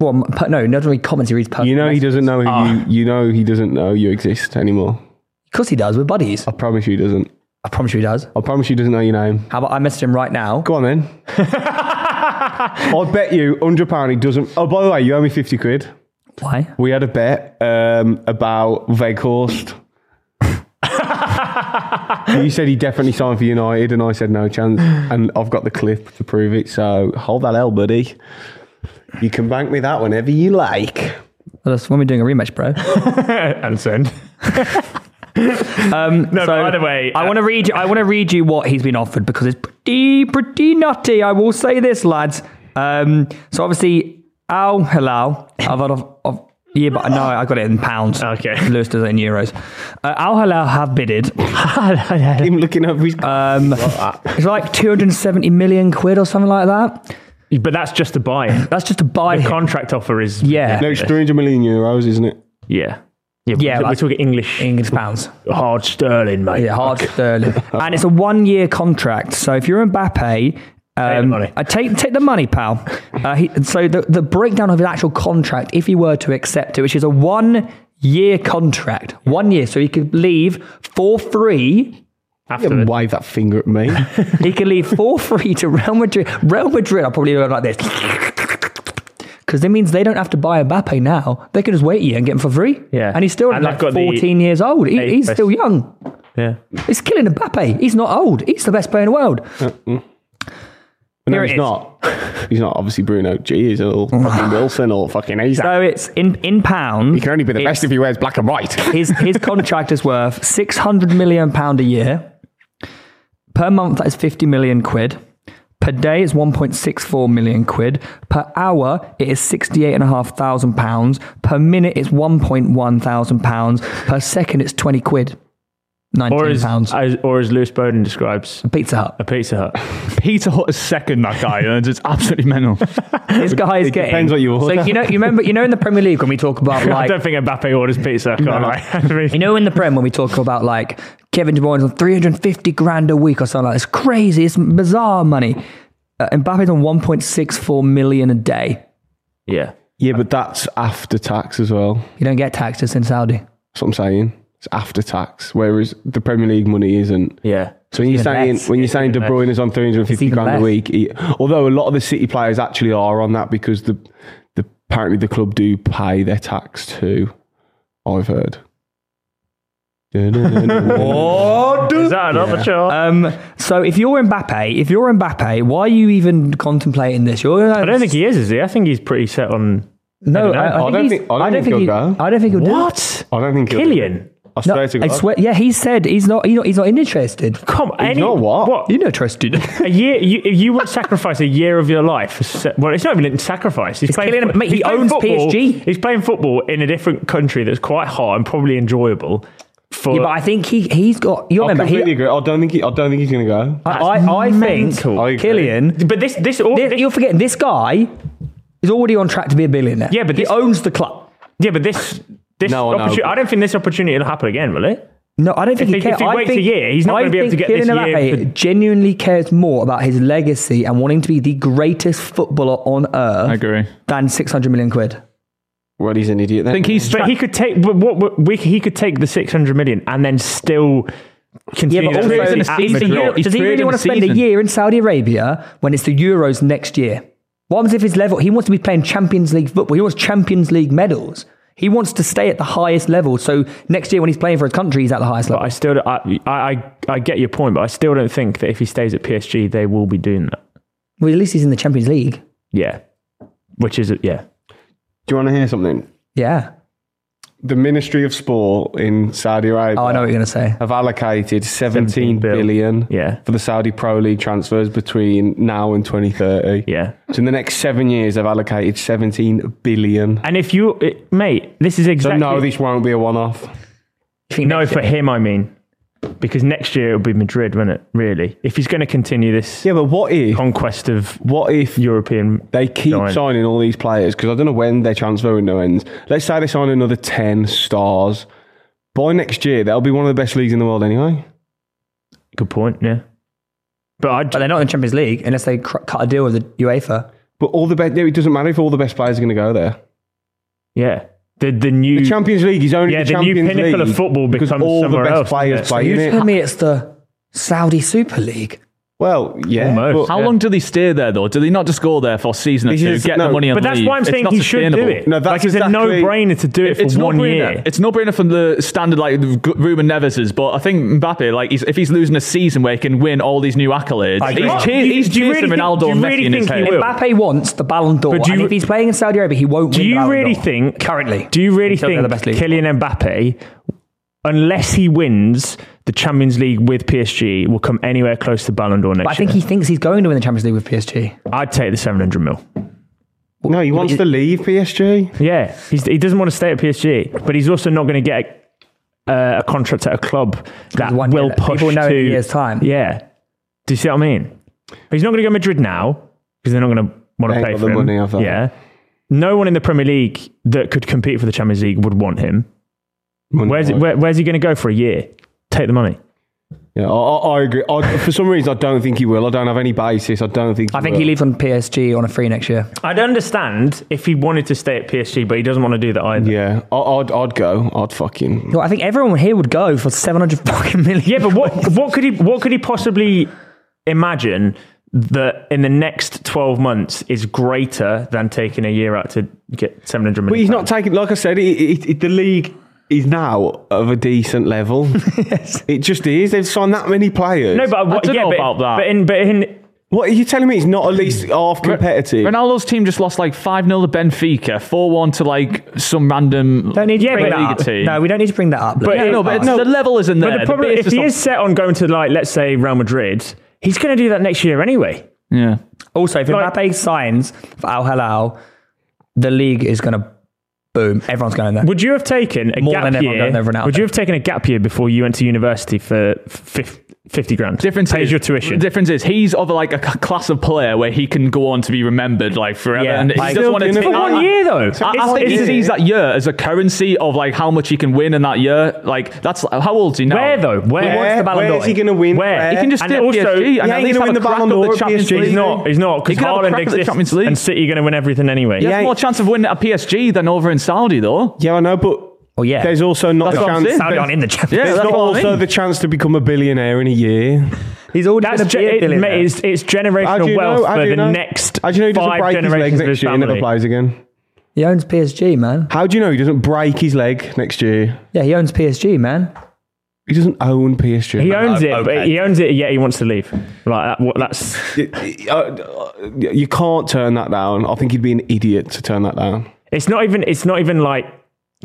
Well, m- per- no, not only comments. He reads personal. Ah,
You know he doesn't know who
Ah.
you. You know he doesn't know you exist anymore.
Of course he does. We're buddies.
I promise you he doesn't.
I promise you he does.
I promise you he doesn't know your name.
How about I message him right now?
Go on then. I bet you hundred pound he doesn't. Oh, by the way, you owe me fifty quid.
Why?
We had a bet um, about Veghorst. you said he definitely signed for United, and I said no chance. And I've got the clip to prove it. So hold that L, buddy. You can bank me that whenever you like.
Well, that's when we're doing a rematch, bro.
And send.
no,
by the way,
Um, I
uh,
want to read. You, I want to read you what he's been offered because it's pretty, pretty nutty. I will say this, lads. Um, so obviously, Al Hilal. I've had of, of yeah, but no, I got it in pounds.
Okay.
Lewis does it in euros. Uh, Al Hilal have bidded.
Him looking over his.
Um, it's like 270 million quid or something like that.
But that's just a buy.
That's just to buy
The
him.
contract offer is.
yeah,
no, it's three hundred million euros, isn't it?
Yeah. Yeah,
Yeah,
we're,
like-
talking English
English pounds.
hard sterling, mate.
Yeah, hard sterling. and it's a one year contract. So if you're Mbappe, um,
money.
I take take the money, pal. Uh, he, and so the, the breakdown of his actual contract, if he were to accept it, which is a one year contract, one year, so he could leave for free
afterwards.
wave that finger at me.
He can leave for free to Real Madrid. Real Madrid, I'll probably do it like this. Because that means they don't have to buy Mbappe now. They can just wait a year and get him for free.
Yeah.
And he's still
And
like
I've got the
14 years old. He,
eighth
he's
best-
still young.
yeah.
He's killing Mbappe. He's not old. He's the best player in the world.
No,
Here it
he's
is.
not. He's not. Obviously, Bruno G is or fucking Wilson or fucking Isaac.
So it's in, in pounds.
he can only be the best if he wears black and white.
his his contract is worth six hundred million pound a year. Per month, that is fifty million quid. Per day is one point six four million quid. Per hour, it is sixty eight and a half thousand pounds. Per minute, it's one point one thousand pounds. Per second, it's twenty quid,
Or
nineteen
as,
pounds.
as or as Lewis Bowden describes,
Pizza Hut.
a Pizza Hut.
Peter Hutt is second that guy, and it's absolutely mental.
This guy is getting.
depends what you
so
order.
you know, you remember, you know, in the Premier League when we talk about
I
like
don't think Mbappe orders pizza. I can't lie. I
You
mean,
know, in the Prem, when we talk about like Kevin De Bruyne's on 350 grand a week or something like this, crazy, it's bizarre money. Uh, Mbappe's on 1.64 million a day.
yeah.
Yeah, but that's after tax as well.
You don't get taxes in Saudi.
That's what I'm saying. It's after tax, whereas the Premier League money isn't.
Yeah.
So when you're
even
saying
less.
when you're
It's
saying De
even less.
Bruyne is on 350
even
grand
less.
a week, he- although a lot of the City players actually are on that because the, the apparently the club do pay their tax too. I've heard.
Is that another choice?
Um, so if you're Mbappe, if you're Mbappe, why are you even contemplating this? You're, uh,
I don't think he is, is he? I think he's pretty set on.
No,
I don't know.
I, I,
I
think
don't
he's-
think- I don't think
he-
he'll go.
I don't think he'll do it.
What?
I don't think he'll do
Killian.
I
No,
swear to
I
God.
swear. Yeah, he said he's not. He's not, he's not interested.
Come on. Any,
not what?
You know, interested.
A year, you, you would sacrifice a year of your life. for se- Well, it's not even a sacrifice. He's
It's
playing.
killing him.
fo-
Mate, he
he's playing
owns
football.
PSG.
He's playing football in a different country that's quite hot and probably enjoyable. For
yeah, but I think he he's got. You
I
remember?
completely
He,
agree. I don't think he, I don't think he's going to go.
I, I, I think
mental. I
agree.
Killian
but this this, all,
Th-
this-
you're forgetting this guy is already on track to be a billionaire.
Yeah, but
he
this-
owns the club.
yeah, but this this
No, I know,
opportunity.
but-
I don't think this opportunity will happen again, will it?
No, I don't think
If
he
he-
cares.
if he
I
waits
think-
a year, he's not
I
gonna be able to
think
get this
Kylian
year
Mbappe
to-
genuinely cares more about his legacy and wanting to be the greatest footballer on earth
I agree.
than 600 million quid.
Well, he's an idiot. Then.
I think he's.
But he could take. But what, what we, he could take the six hundred million and then still continue.
Yeah, but also,
that
in a
legacy at
season.
is the
Madrid.
Euro,
He's
does he really
creating
want
a
to spend a
season.
year in Saudi Arabia when it's the Euros next year? What happens if his level? He wants to be playing Champions League football. He wants Champions League medals. He wants to stay at the highest level. So next year, when he's playing for his country, he's at the highest
But
level.
I still, don't- I, I, I get your point, but I still don't think that if he stays at PSG, they will be doing that.
well, at least he's in the Champions League.
Yeah, which is yeah.
Do you want to hear something?
Yeah.
The Ministry of Sport in Saudi Arabia.
Oh, I know what you're going to say.
have allocated 17
bill.
billion
Yeah.
for the Saudi Pro League transfers between now and 2030.
Yeah.
So in the next seven years, they've allocated 17 billion.
And if you, it, mate, this is
So
exactly.
no, this won't be a one-off.
You think
no
next
for
year-
him, I mean, because next year it'll be Madrid, won't it? Really, if he's going to continue this
Yeah, but what if
conquest of
what if
European,
they keep
Giant.
signing all these players? Because I don't know when their transfer window ends. Let's say they sign another 10 stars. By next year, they'll be one of the best leagues in the world anyway.
good point, yeah. But I,
But they're not in the Champions League unless they cr- cut a deal with the UEFA.
But all the best, it doesn't matter if all the best players are going to go there.
yeah, the the new
The Champions League is only
Yeah,
the
the new
Champions
pinnacle of
League
football
because
becomes
all the
somewhere
best
else,
players
doesn't it?
play
You
in it.
tell me it's the Saudi Super League.
Well, yeah.
Almost.
How long do they stay there though? Do they not just go there for a season or
This
two,
is-
get
no,
the money and
But that's
leave?
why I'm
It's
saying
not
he should do
sustainable.
it.
No, that's
like it's a
exactly-
no-brainer to do it for
it's
one
no-brainer.
year.
It's no brainer from the standard like Ruben Neves' but I think Mbappe, like he's, if he's losing a season where he can win all these new accolades,
I
he's,
agree.
cha-
Do you-
he's
do you
chasing
really think-
Ronaldo
do
and
you
Messi
really
in his
think he
head.
will?
Mbappe wants the Ballon d'Or,
But do
and
you-
if he's playing in Saudi Arabia, he won't.
Do
win the
you
Ballon
really
d'Or.
think
currently?
Do you really
until they're the
think
best league?
Kylian Mbappe, unless he wins the Champions League with PSG, will come anywhere close to Ballon d'Or next
But I think he
year?
thinks he's going to win the Champions League with PSG.
I'd take the 700 mil.
No, he wants to leave PSG.
Yeah, he's, he doesn't want to stay at PSG, but he's also not going to get uh, a contract at a club that
one
will
year.
push
People know
to
in a year's time.
Yeah, do you see what I mean? He's not going to go to Madrid now because they're not going to want to
They ain't
pay
got
for
the
him.
money of that.
Yeah, no one in the Premier League that could compete for the Champions League would want him. Where's,
Money-wise.
where, where's he going to go for a year? Take the money.
Yeah, I, I I agree. I, for some reason, I don't think he will. I don't have any basis. I don't think.
I think
will.
he leaves on PSG on a free next year.
I'd understand if he wanted to stay at PSG, but he doesn't want to do that either.
Yeah, I, I'd I'd go. I'd fucking.
No, I think everyone here would go for 700 fucking million.
Yeah, but what what could he what could he possibly imagine that in the next twelve months is greater than taking a year out to get seven hundred million?
But he's not taking. Like I said, it, it, it, the league is now of a decent level. It just is. They've signed that many players.
no, but what,
don't
yeah,
know
but,
about that.
But in but in
what are you telling me? It's not at least half competitive.
Ronaldo's team just lost like 5 0 to Benfica, 4 1 to like some random.
Don't need to
Yeah,
bring
but-
that up.
Team.
No, we don't need to bring that up.
But-
yeah, no, but
No.
the level isn't there.
but the problem
base
if he
not-
is set on going to like let's say Real Madrid, he's going to do that next year anyway.
Yeah.
also, if
Like-
Mbappe signs for Al Hilal, the league is going to boom. Everyone's going there.
Would you have taken a
More
gap
than everyone
year?
going over now,
Would you
though.
have taken a gap year before you went to university for fif- fifty grand?
Difference
pays
is,
your tuition.
Difference is he's of like a c- class of player where he can go on to be remembered like forever.
Yeah,
and he
like-
doesn't want to
For
take
for one
I-
year though,
I, I
It's-
think he
it's-
sees that year as a currency of like how much he can win in that year. Like that's how old's he now?
Where though? Where?
He wants
Where,
the Ballon
where
d'Or.
is he going to win?
Where?
He can just
And
stay at
also-
PSG.
He
And
ain't
at least
gonna
have
win
a
the
crack
Ballon
at
d'Or
the
at
Champions
PSG.
League.
He's not. He's not
He
because
could have a
Haaland
crack at the
exists,
Champions League.
and City are going to win everything anyway.
He has
Yeah.
more chance of winning at PSG than over in Saudi though.
Yeah, I know, but
Oh, yeah.
there's also not
That's
the
what I'm
chance.
saying.
Saudi aren't in the Champions
Yeah,
There's
that's
not
what I
also
mean.
the chance to become a billionaire in a year.
He's already
That's
going to
ge-
be a
it,
billionaire.
mate, it's, it's
How do
generational
you
wealth
know? How
for
do
the
you know?
next
How do you know he doesn't
five
break his leg
generations of his
next year? He never
family.
plays again.
He owns PSG, man.
How do you know he doesn't break his leg next year?
Yeah, he owns PSG, man.
He doesn't own PSG.
He owns it, but
okay.
he owns it. Yet he wants to leave. Like that, what, that's
Y- uh, you can't turn that down. I think he'd be an idiot to turn that down.
it's not even. It's not even like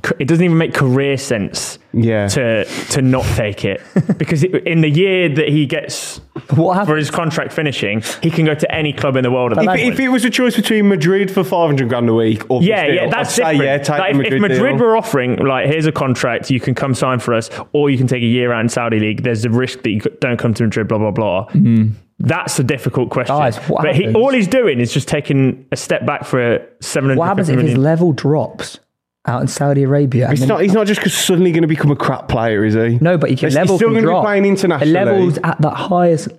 c- it doesn't even make career sense
Yeah.
to to not take it because it, in the year that he gets
What
for
happened?
his contract finishing, he can go to any club in the world. At that
If, if
point.
it was a choice between Madrid for 500 grand a week or
Yeah,
this
yeah,
deal,
that's
I'd
different.
say, yeah,
Like,
take the
if,
Madrid
if Madrid
deal.
were offering, like, here's a contract, you can come sign for us, or you can take a year out in Saudi league. There's a risk that you c- don't come to Madrid. Blah blah blah.
Hmm.
That's a difficult question.
Guys, what
but he,
happens-
all he's doing is just taking a step back for seven hundred.
What happens if his level drops out in Saudi Arabia? and
It's
then-
not, he's not just 'cause suddenly going to become a crap player, is he?
no, but he can
He's
level
still
can
gonna
drop.
be playing internationally.
The levels at the highest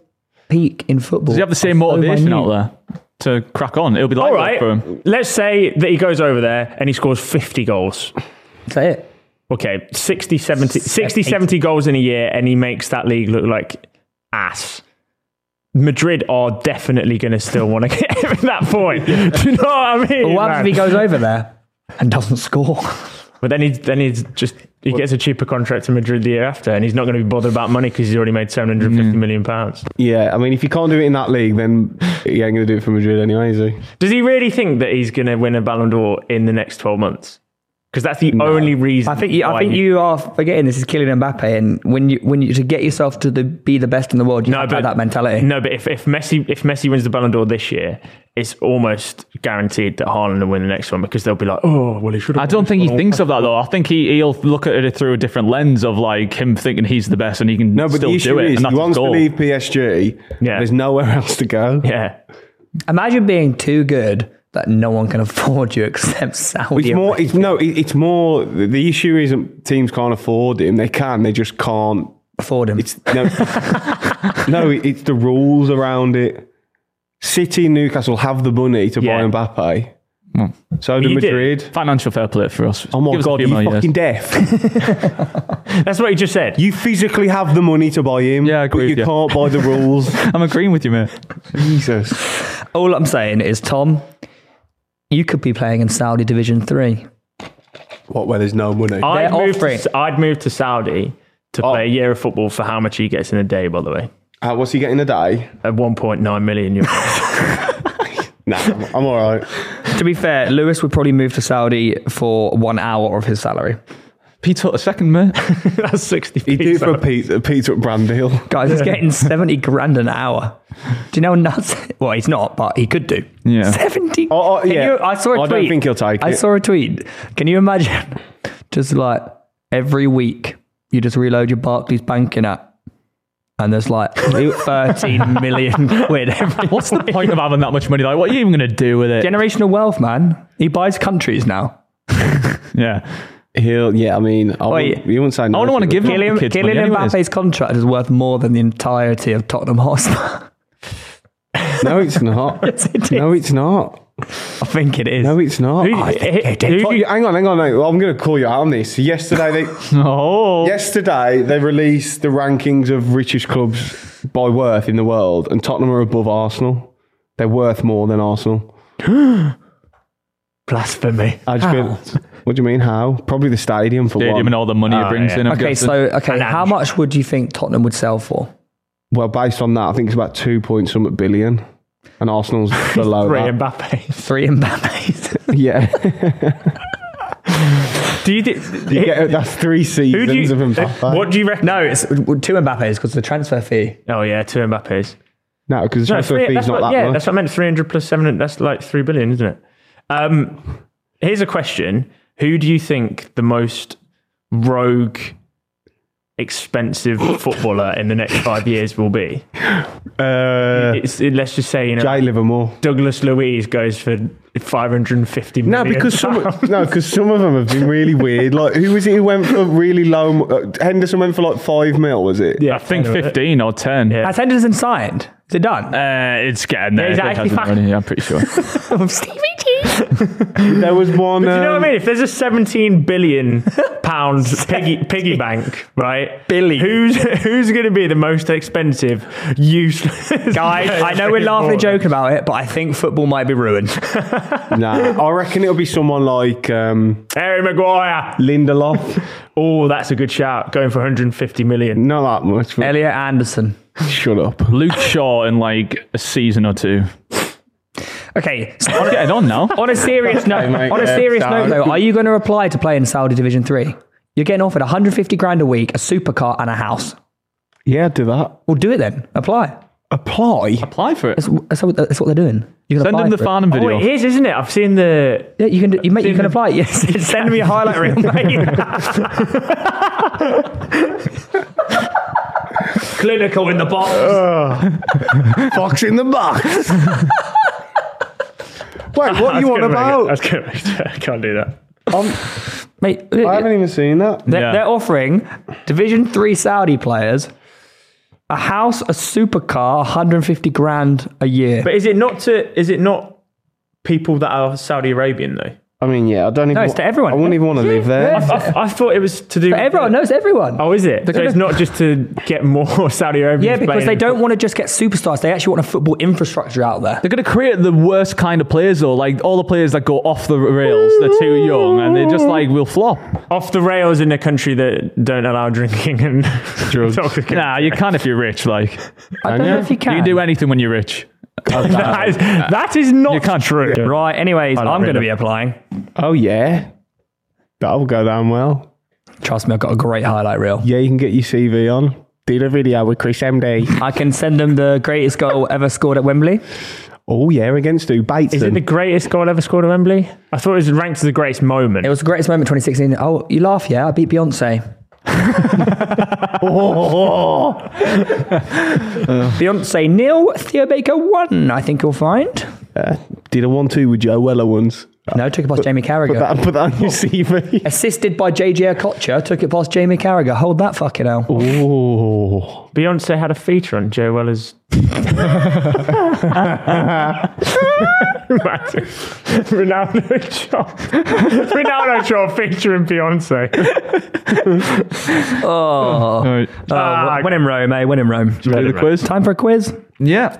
peak in football.
Does he have the same
are so
motivation
minute.
out there to crack on? It'll be like
All
that
right,
for him.
let's say that he goes over there and he scores 50 goals.
Is that it?
Okay, 60, 70, 60,
Eighty.
70 goals in a year, and he makes that league look like ass. Madrid are definitely going to still want to get him at that point. Do you know what I mean?
But what happens if he
man?
goes over there and doesn't score?
But then he then he's just he gets a cheaper contract to Madrid the year after, and he's not going to be bothered about money because he's already made seven hundred fifty
Mm.
million pounds.
Yeah, I mean, if you can't do it in that league, then he ain't going to do it for Madrid anyway, is he?
Does he really think that he's going to win a Ballon d'Or in the next twelve months? Because that's the only reason.
I think you, I
why
think
he-
you are forgetting this is Kylian Mbappe, and when you when you to get yourself to the, be the best in the world, you
No,
have to have
but-
that mentality.
No, but if, if Messi if Messi wins the Ballon d'Or this year, it's almost guaranteed that Haaland will win the next one because they'll be like, oh, well, he should. have
I
won
don't
this
think he
one."
thinks of that though. I think he he'll look at it through a different lens of like him thinking he's the best and he can
No, but
still
the issue
do it.
is
and that's
he
his
wants to
goal.
leave PSG.
Yeah.
There's nowhere else to go.
Yeah,
Imagine being too good that no one can afford you except Saudi.
It's
Arabia.
more. It's no. it- It's more. The the issue isn't teams can't afford him. They can. They just can't.
afford him.
It's no. no. it- It's the rules around it. City, and Newcastle have the money to
Yeah.
buy Mbappe. So do
You did.
Madrid.
Financial fair play for us.
Oh my
Give us a
god!
few
You
more years.
fucking deaf.
that's what he just said.
you physically have the money to buy him.
Yeah, I
but
agree
you
with you.
can't buy the rules.
I'm agreeing with you, mate.
Jesus.
All I'm saying is, Tom, you could be playing in Saudi Division Three.
What? Where there's no money.
I'd
They're
move,
offering-
to, I'd move to Saudi to play a year of football for how much he gets in a day. By the way,
Uh, what's he getting a day?
at one point nine million euros.
Nah, I'm, I'm all right.
To be fair, Lewis would probably move to Saudi for one hour of his salary.
Pete Hutt, a second, mate.
that's sixty.
He'd do it
pizza.
for a pizza, a pizza at brand deal.
Guys, he's getting 70 grand an hour. Do you know how nuts? Well, he's not, but he could do.
Yeah.
70.
Oh, oh,
Can
yeah.
you- I saw a
I
tweet.
don't think he'll take
I
it.
saw a tweet. Can you imagine? Just like every week, you just reload your Barclays banking app. And there's like 13 million quid every
What's the point of having that much money? Like, what are you even going to do with it?
generational wealth, man. He buys countries now.
yeah.
He'll, yeah, I mean, I
Wait.
wouldn't, you wouldn't say no.
wouldn't wanna
it,
give
would
him-
you?
Kylian,
kids
Kylian
money anyways.
Mbappe's contract is worth more than the entirety of Tottenham Hotspur.
No, it's not.
Yes, it is.
No, it's not.
I think it is.
No, it's not.
Oh,
Who-
I-
who- who
Fuck
do
you,
you-
hang on, hang on. hang on. I'm going to call you out on this. Yesterday, they,
Oh,
yesterday they released the rankings of richest clubs by worth in the world, and Tottenham are above Arsenal. They're worth more than Arsenal.
Blasphemy.
I just feel, what do you mean? How? Probably the stadium for
stadium
one.
and all the money
Oh,
it brings
yeah.
in. I'm
okay,
guessing.
so okay,
And
how
Ange.
much would you think Tottenham would sell for?
Well, based on that, I think it's about two point something billion, and Arsenal's below
Three
that.
Mbappe.
Three Mbappe's.
Yeah,
Do you, do,
you get, that's three
who
seasons
do you,
of Mbappe.
What do you reckon?
no, it's well, two Mbappe's because the transfer fee.
Oh yeah, two Mbappes.
No, because the
No,
transfer
three,
fee's
that's
not
what,
that
yeah,
much.
that's what I meant. Three hundred plus seven. That's like three billion, isn't it? Um, here's a question: Who do you think the most rogue, expensive footballer in the next five years will be?
Uh,
It's, it- let's just say you know
Jay Livermore.
Douglas Louise goes for five hundred and fifty
No,
million.
because some
pounds.
no, because some of them have been really weird. Like who was it who went for really low? mo- Uh, Henderson went for like five mil, was it?
yeah,
I think 15 or 10.
Yeah.
Has Henderson signed? Is it done?
Uh, it's getting
Yeah,
there.
he's
It
actually
hasn't
fucking-
already, I'm pretty sure.
Stevie
There was one.
Do you know
um,
what I mean? If there's a 17 billion pound piggy, piggy bank, right?
Billion.
Who's who's going to be the most expensive, useless
Guys, I know we're laughing and joking about it, but I think football might be ruined.
um, Nah, I reckon it'll be someone like um,
Harry Maguire.
Lindelof.
Oh, that's a good shout. Going for 150 million.
Not that much. But
Elliot Anderson.
shut up.
Luke Shaw in like a season or two.
Okay, so
I'm getting on now.
on a serious note,
mate,
on a
yeah,
serious note
down.
though, are you going to apply to play in Saudi Division Three? You're getting offered 150 grand a week, a supercar, and a house.
Yeah, do that.
Well, do it then. Apply.
Apply.
Apply for it.
That's, that's, what, that's what they're doing. You can
Send
apply
them the
for it.
Farnham
Oh,
video.
it is, isn't it? I've seen the.
Yeah, you can. Do, you, mate, you can
Send them-
apply. Yes,
Send me a highlight reel, mate. Clinical in the box.
Box in the box. Wait, what are you on about?
That's gonna make it. I can't do that.
I'm-
mate.
I haven't even seen that.
They're,
Yeah.
they're offering Division Three Saudi players a house, a supercar, 150 grand a year.
But is it not to? Is it not people that are Saudi Arabian though?
I mean, yeah, I don't even.
it's
wa-
to everyone.
I wouldn't even want to live there.
I, I thought it was to do.
But everyone knows everyone.
Oh, is it? So
gonna-
it's not just to get more Saudi Arabians.
yeah, because
playing
they
in
don't want to just get superstars. They actually want a football infrastructure out there.
They're going to create the worst kind of players, though. Like all the players that go off the rails, they're too young and they just like will flop.
football. off the rails in a country that don't allow drinking and drugs.
Nah, you can if you're rich. Like you
I don't know if you can.
can do anything when you're rich.
that, is, that is not
You can't
true.
Right. Anyways, I'm going to be applying.
Oh yeah, that'll go down well.
Trust me, I've got a great highlight reel.
Yeah, you can get your CV on. Did a video with Chris MD.
I can send them the greatest goal ever scored at Wembley.
oh yeah, against who?
Is it the
Bateson.
greatest goal ever scored at Wembley? I thought it was ranked as the greatest moment.
It was the greatest moment 2016. Oh, you laugh, yeah? I beat Beyonce. Beyonce nil, Theo Baker one. I think you'll find.
Uh, did a one-two with Joe Weller once.
No, took it past Jamie
Put
Carragher.
that, put that on your CV.
Assisted by JJ Okocha, took it past Jamie Carragher. Hold that fucking out.
Oh,
Beyonce had a feature on Joe Weller's. Imagine. Ronaldo Chop. Ronaldo Chop featuring Beyonce.
All right.
Ah,
When in Rome, eh? When in Rome.
do the quiz.
Time for a quiz.
Yeah,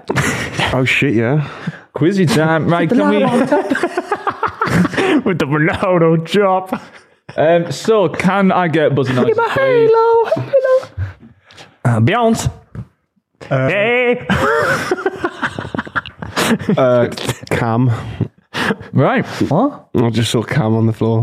oh shit, yeah.
quizzy time. Right, can we?
with the Ronaldo Chop.
Um, so, can I get buzzing noise? please?
Halo, halo. Uh, Beyonce.
hey!
Uh, Cam,
Right.
What?
I just saw Cam on the floor.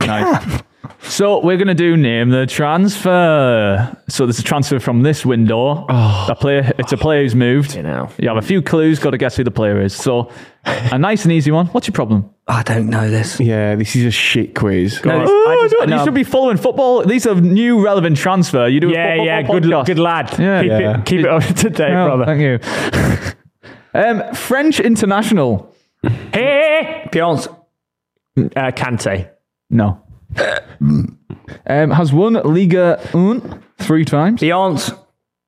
Nice. So we're gonna do name the transfer. So there's a transfer from this window. A player. It's a player who's moved. You
know.
You have a few clues. Got to guess who the player is. So a nice and easy one. What's your problem?
I don't know this.
Yeah, this is a shit quiz.
No, this- I
Oh,
just-
no,
no.
you should be following football. These are new relevant transfer. You do a
Yeah,
football
yeah,
podcast.
good, good lad.
Yeah.
keep,
Yeah.
It, keep it up to date,
Oh,
brother.
thank you. um, French international.
Hey!
Beyonce.
Uh, Kante.
No. Um, has won Liga Un three times.
Beyonce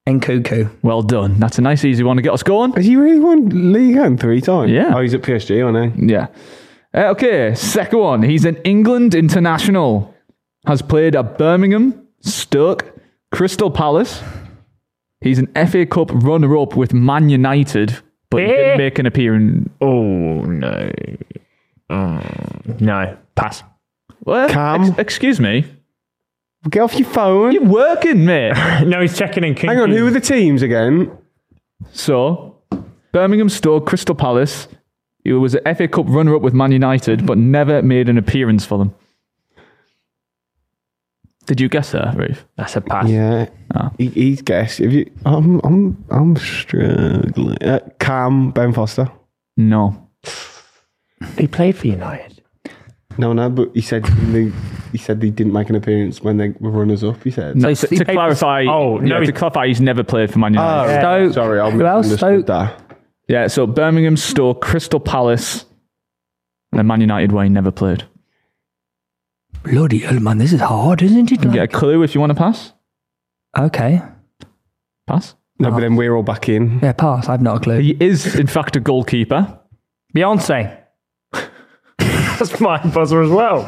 and Cuckoo.
Well done. That's a nice, easy one to get us going.
Has he really won League One three times?
Yeah.
Oh, he's at PSG, aren't he?
Yeah. Uh, okay, second one. He's an England international. Has played at Birmingham, Stoke, Crystal Palace. He's an FA Cup runner up with Man United, but he
Eh.
didn't make an appearance.
Oh no. Mm, no. Pass.
Well,
Cam.
ex- excuse me.
Get off your phone.
You're working, mate.
No, he's checking in.
Hang on, who are the teams again?
so, Birmingham, Stoke, Crystal Palace. He was an FA Cup runner up with Man United, but never made an appearance for them. Did you guess that, Rafe?
That's a pass.
Yeah. He, he's guessed. If you, I'm, I'm, I'm struggling. Uh, Cam, Ben Foster.
No.
He played for United.
No, no, but he said they, he said they didn't make an appearance when they were runners up. He said.
No,
So
to,
he
to
played for-
clarify,
Oh, no,
yeah,
he-
to clarify, he's never played for Man United.
Oh,
Stoke.
sorry, I
Who else?
misunderstood
Stoke.
that.
yeah, so Birmingham, Stoke, Crystal Palace, and then Man United where he never played.
Bloody hell, man. This is hard, isn't it?
Get a clue if you want to pass.
Okay.
Pass.
No, but then we're all back in.
Yeah, pass. I've not a clue.
He is, in fact, a goalkeeper.
Beyonce.
That's my buzzer as well.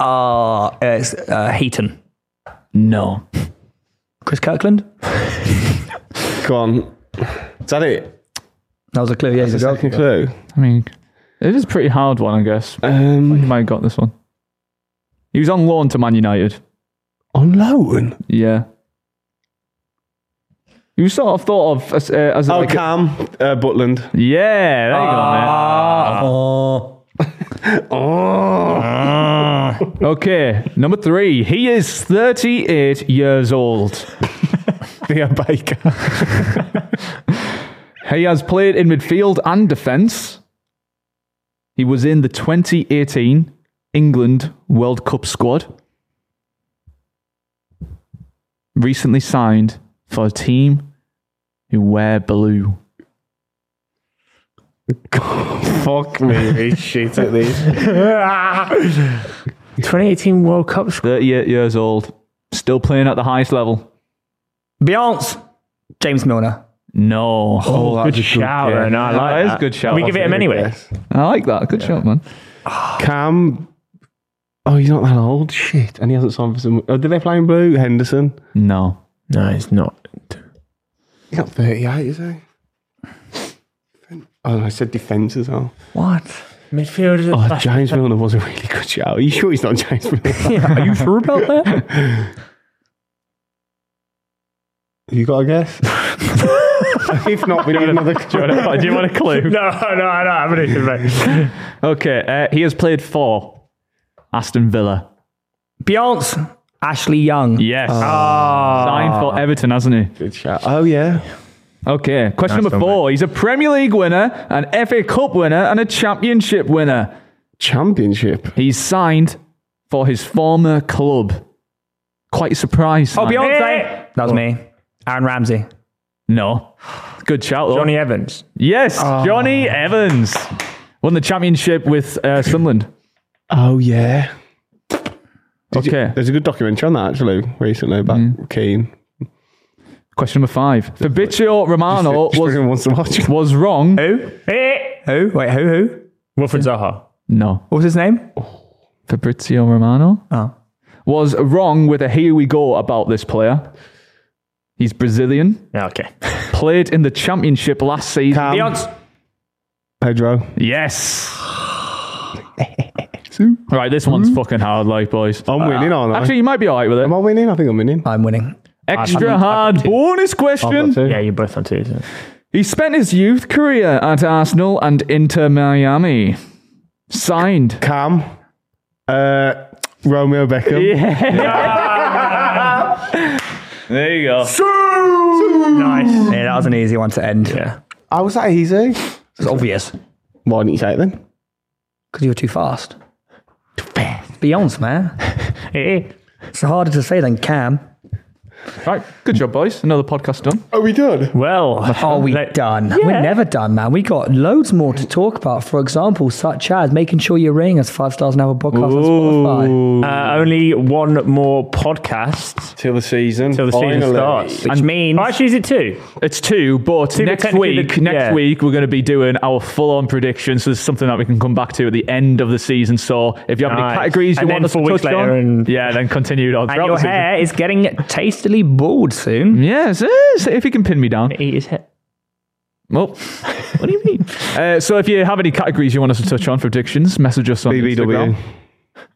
Ah, uh, it's uh, Heaton.
No.
Chris Kirkland.
Go on. Is that it?
That was a clue. Yes,
Is that a clue?
I mean, it is a pretty hard one, I guess. You
Um,
might have got this one. He was on loan to Man United.
on loan.
Yeah. You sort of thought of as, uh, as
Oh,
like a-
Cam uh, Butland.
yeah, there you
Oh.
go, man. Okay, number three. He is 38 years old.
Theo Baker.
He has played in midfield and defence. He was in the 2018 England World Cup squad. Recently signed for a team who wear blue.
Fuck me, he's shit at these.
2018 World Cup.
38 years old, still playing at the highest level.
Beyonce. James Milner.
No.
Good shout, and I like
that is
that.
a good shout.
We give it him anyway.
I like that. Good shot, man.
Cam. Oh, he's not that old. Shit. And he hasn't signed for some. Oh, did they play in blue? Henderson.
No.
No, it's not.
He's not 38, is he? Oh, I said defence as well.
What?
Midfielder.
Oh, James Milner was a really good shout. Are you sure he's not James Milner?
Are you sure about that?
you got a guess? if not, we need another.
do you want a clue? no, no, I don't have anything, mate.
Okay, uh, he has played for Aston Villa.
Beyonce. Ashley Young.
Yes. Ah. Signed for Everton, hasn't he?
Good shout. Oh, yeah.
Okay, question number four. He's a Premier League winner, an FA Cup winner, and a Championship winner.
Championship.
He's signed for his former club. Quite a surprise.
Oh,
sign.
Beyonce. That was me. Aaron Ramsey.
No. Good shout, though.
Johnny Evans.
Yes, Johnny Evans won the championship with uh, Sunderland.
Oh, yeah.
Okay,
There's a good documentary on that, actually, recently about Keane.
question number five. Fabrizio Romano
Just
was,
everyone wants to watch it.
was wrong.
Who?
Eh.
Who? Wait, who? Who?
Wilfred Zaha.
No,
What was his name?
Fabrizio Romano
Oh.
was wrong with a here we go about this player. He's Brazilian,
Yeah, okay.
played in the championship last season.
Cam.
Beyonce.
Pedro.
Yes. All right, this one's fucking hard, like boys.
I'm winning, aren't I?
Actually, you might be all right with
Am
it.
I winning? I think Oh, I'm winning.
I'm winning.
Extra hard bonus question.
Yeah, you're both on two, isn't it?
He spent his youth career at Arsenal and Inter Miami. Signed.
Cam. Uh, Romeo Beckham.
There you go.
Nice.
Yeah, that was an easy one to end. Yeah.
Oh, was that easy?
It's obvious.
Why didn't you say it then?
Because you were too fast. Beyonce, man.
Eh.
It's harder to say than Cam.
Right. Good job, boys. Another podcast done.
Are we done?
Well,
Are we
let-
done? We're never done, man. We got loads more to talk about. For example, such as making sure you're rating us five stars an hour podcast on Spotify.
Uh, only one more podcast
Till the season.
till the season
finally.
starts,
Which means-
Oh, actually, is it two?
It's two, but
but
next
technically the-
week, next
yeah.
week we're going to be doing our full-on predictions. So this is something that we can come back to at the end of the season. So if you have
Nice.
any categories you
And
want
then
us to
four
touch
weeks
on,
later and-
yeah, then continue on.
And
throughout
your
the season.
hair is getting tastily bald soon.
Yes, yes. If you can pin me down.
Eat his head.
Well, what do you mean? Uh, so if you have any categories you want us to touch on for predictions, message us on
BBW.
Instagram.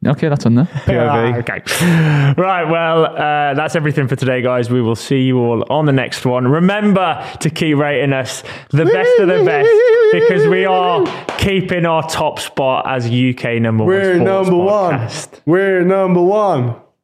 Okay, that's on there.
POV.
Ah, okay. Right. Well, uh, that's everything for today, guys. We will see you all on the next one. Remember to keep rating us the best of the best because we are keeping our top spot as UK number one.
We're
sports
number one.
podcast.
We're number one.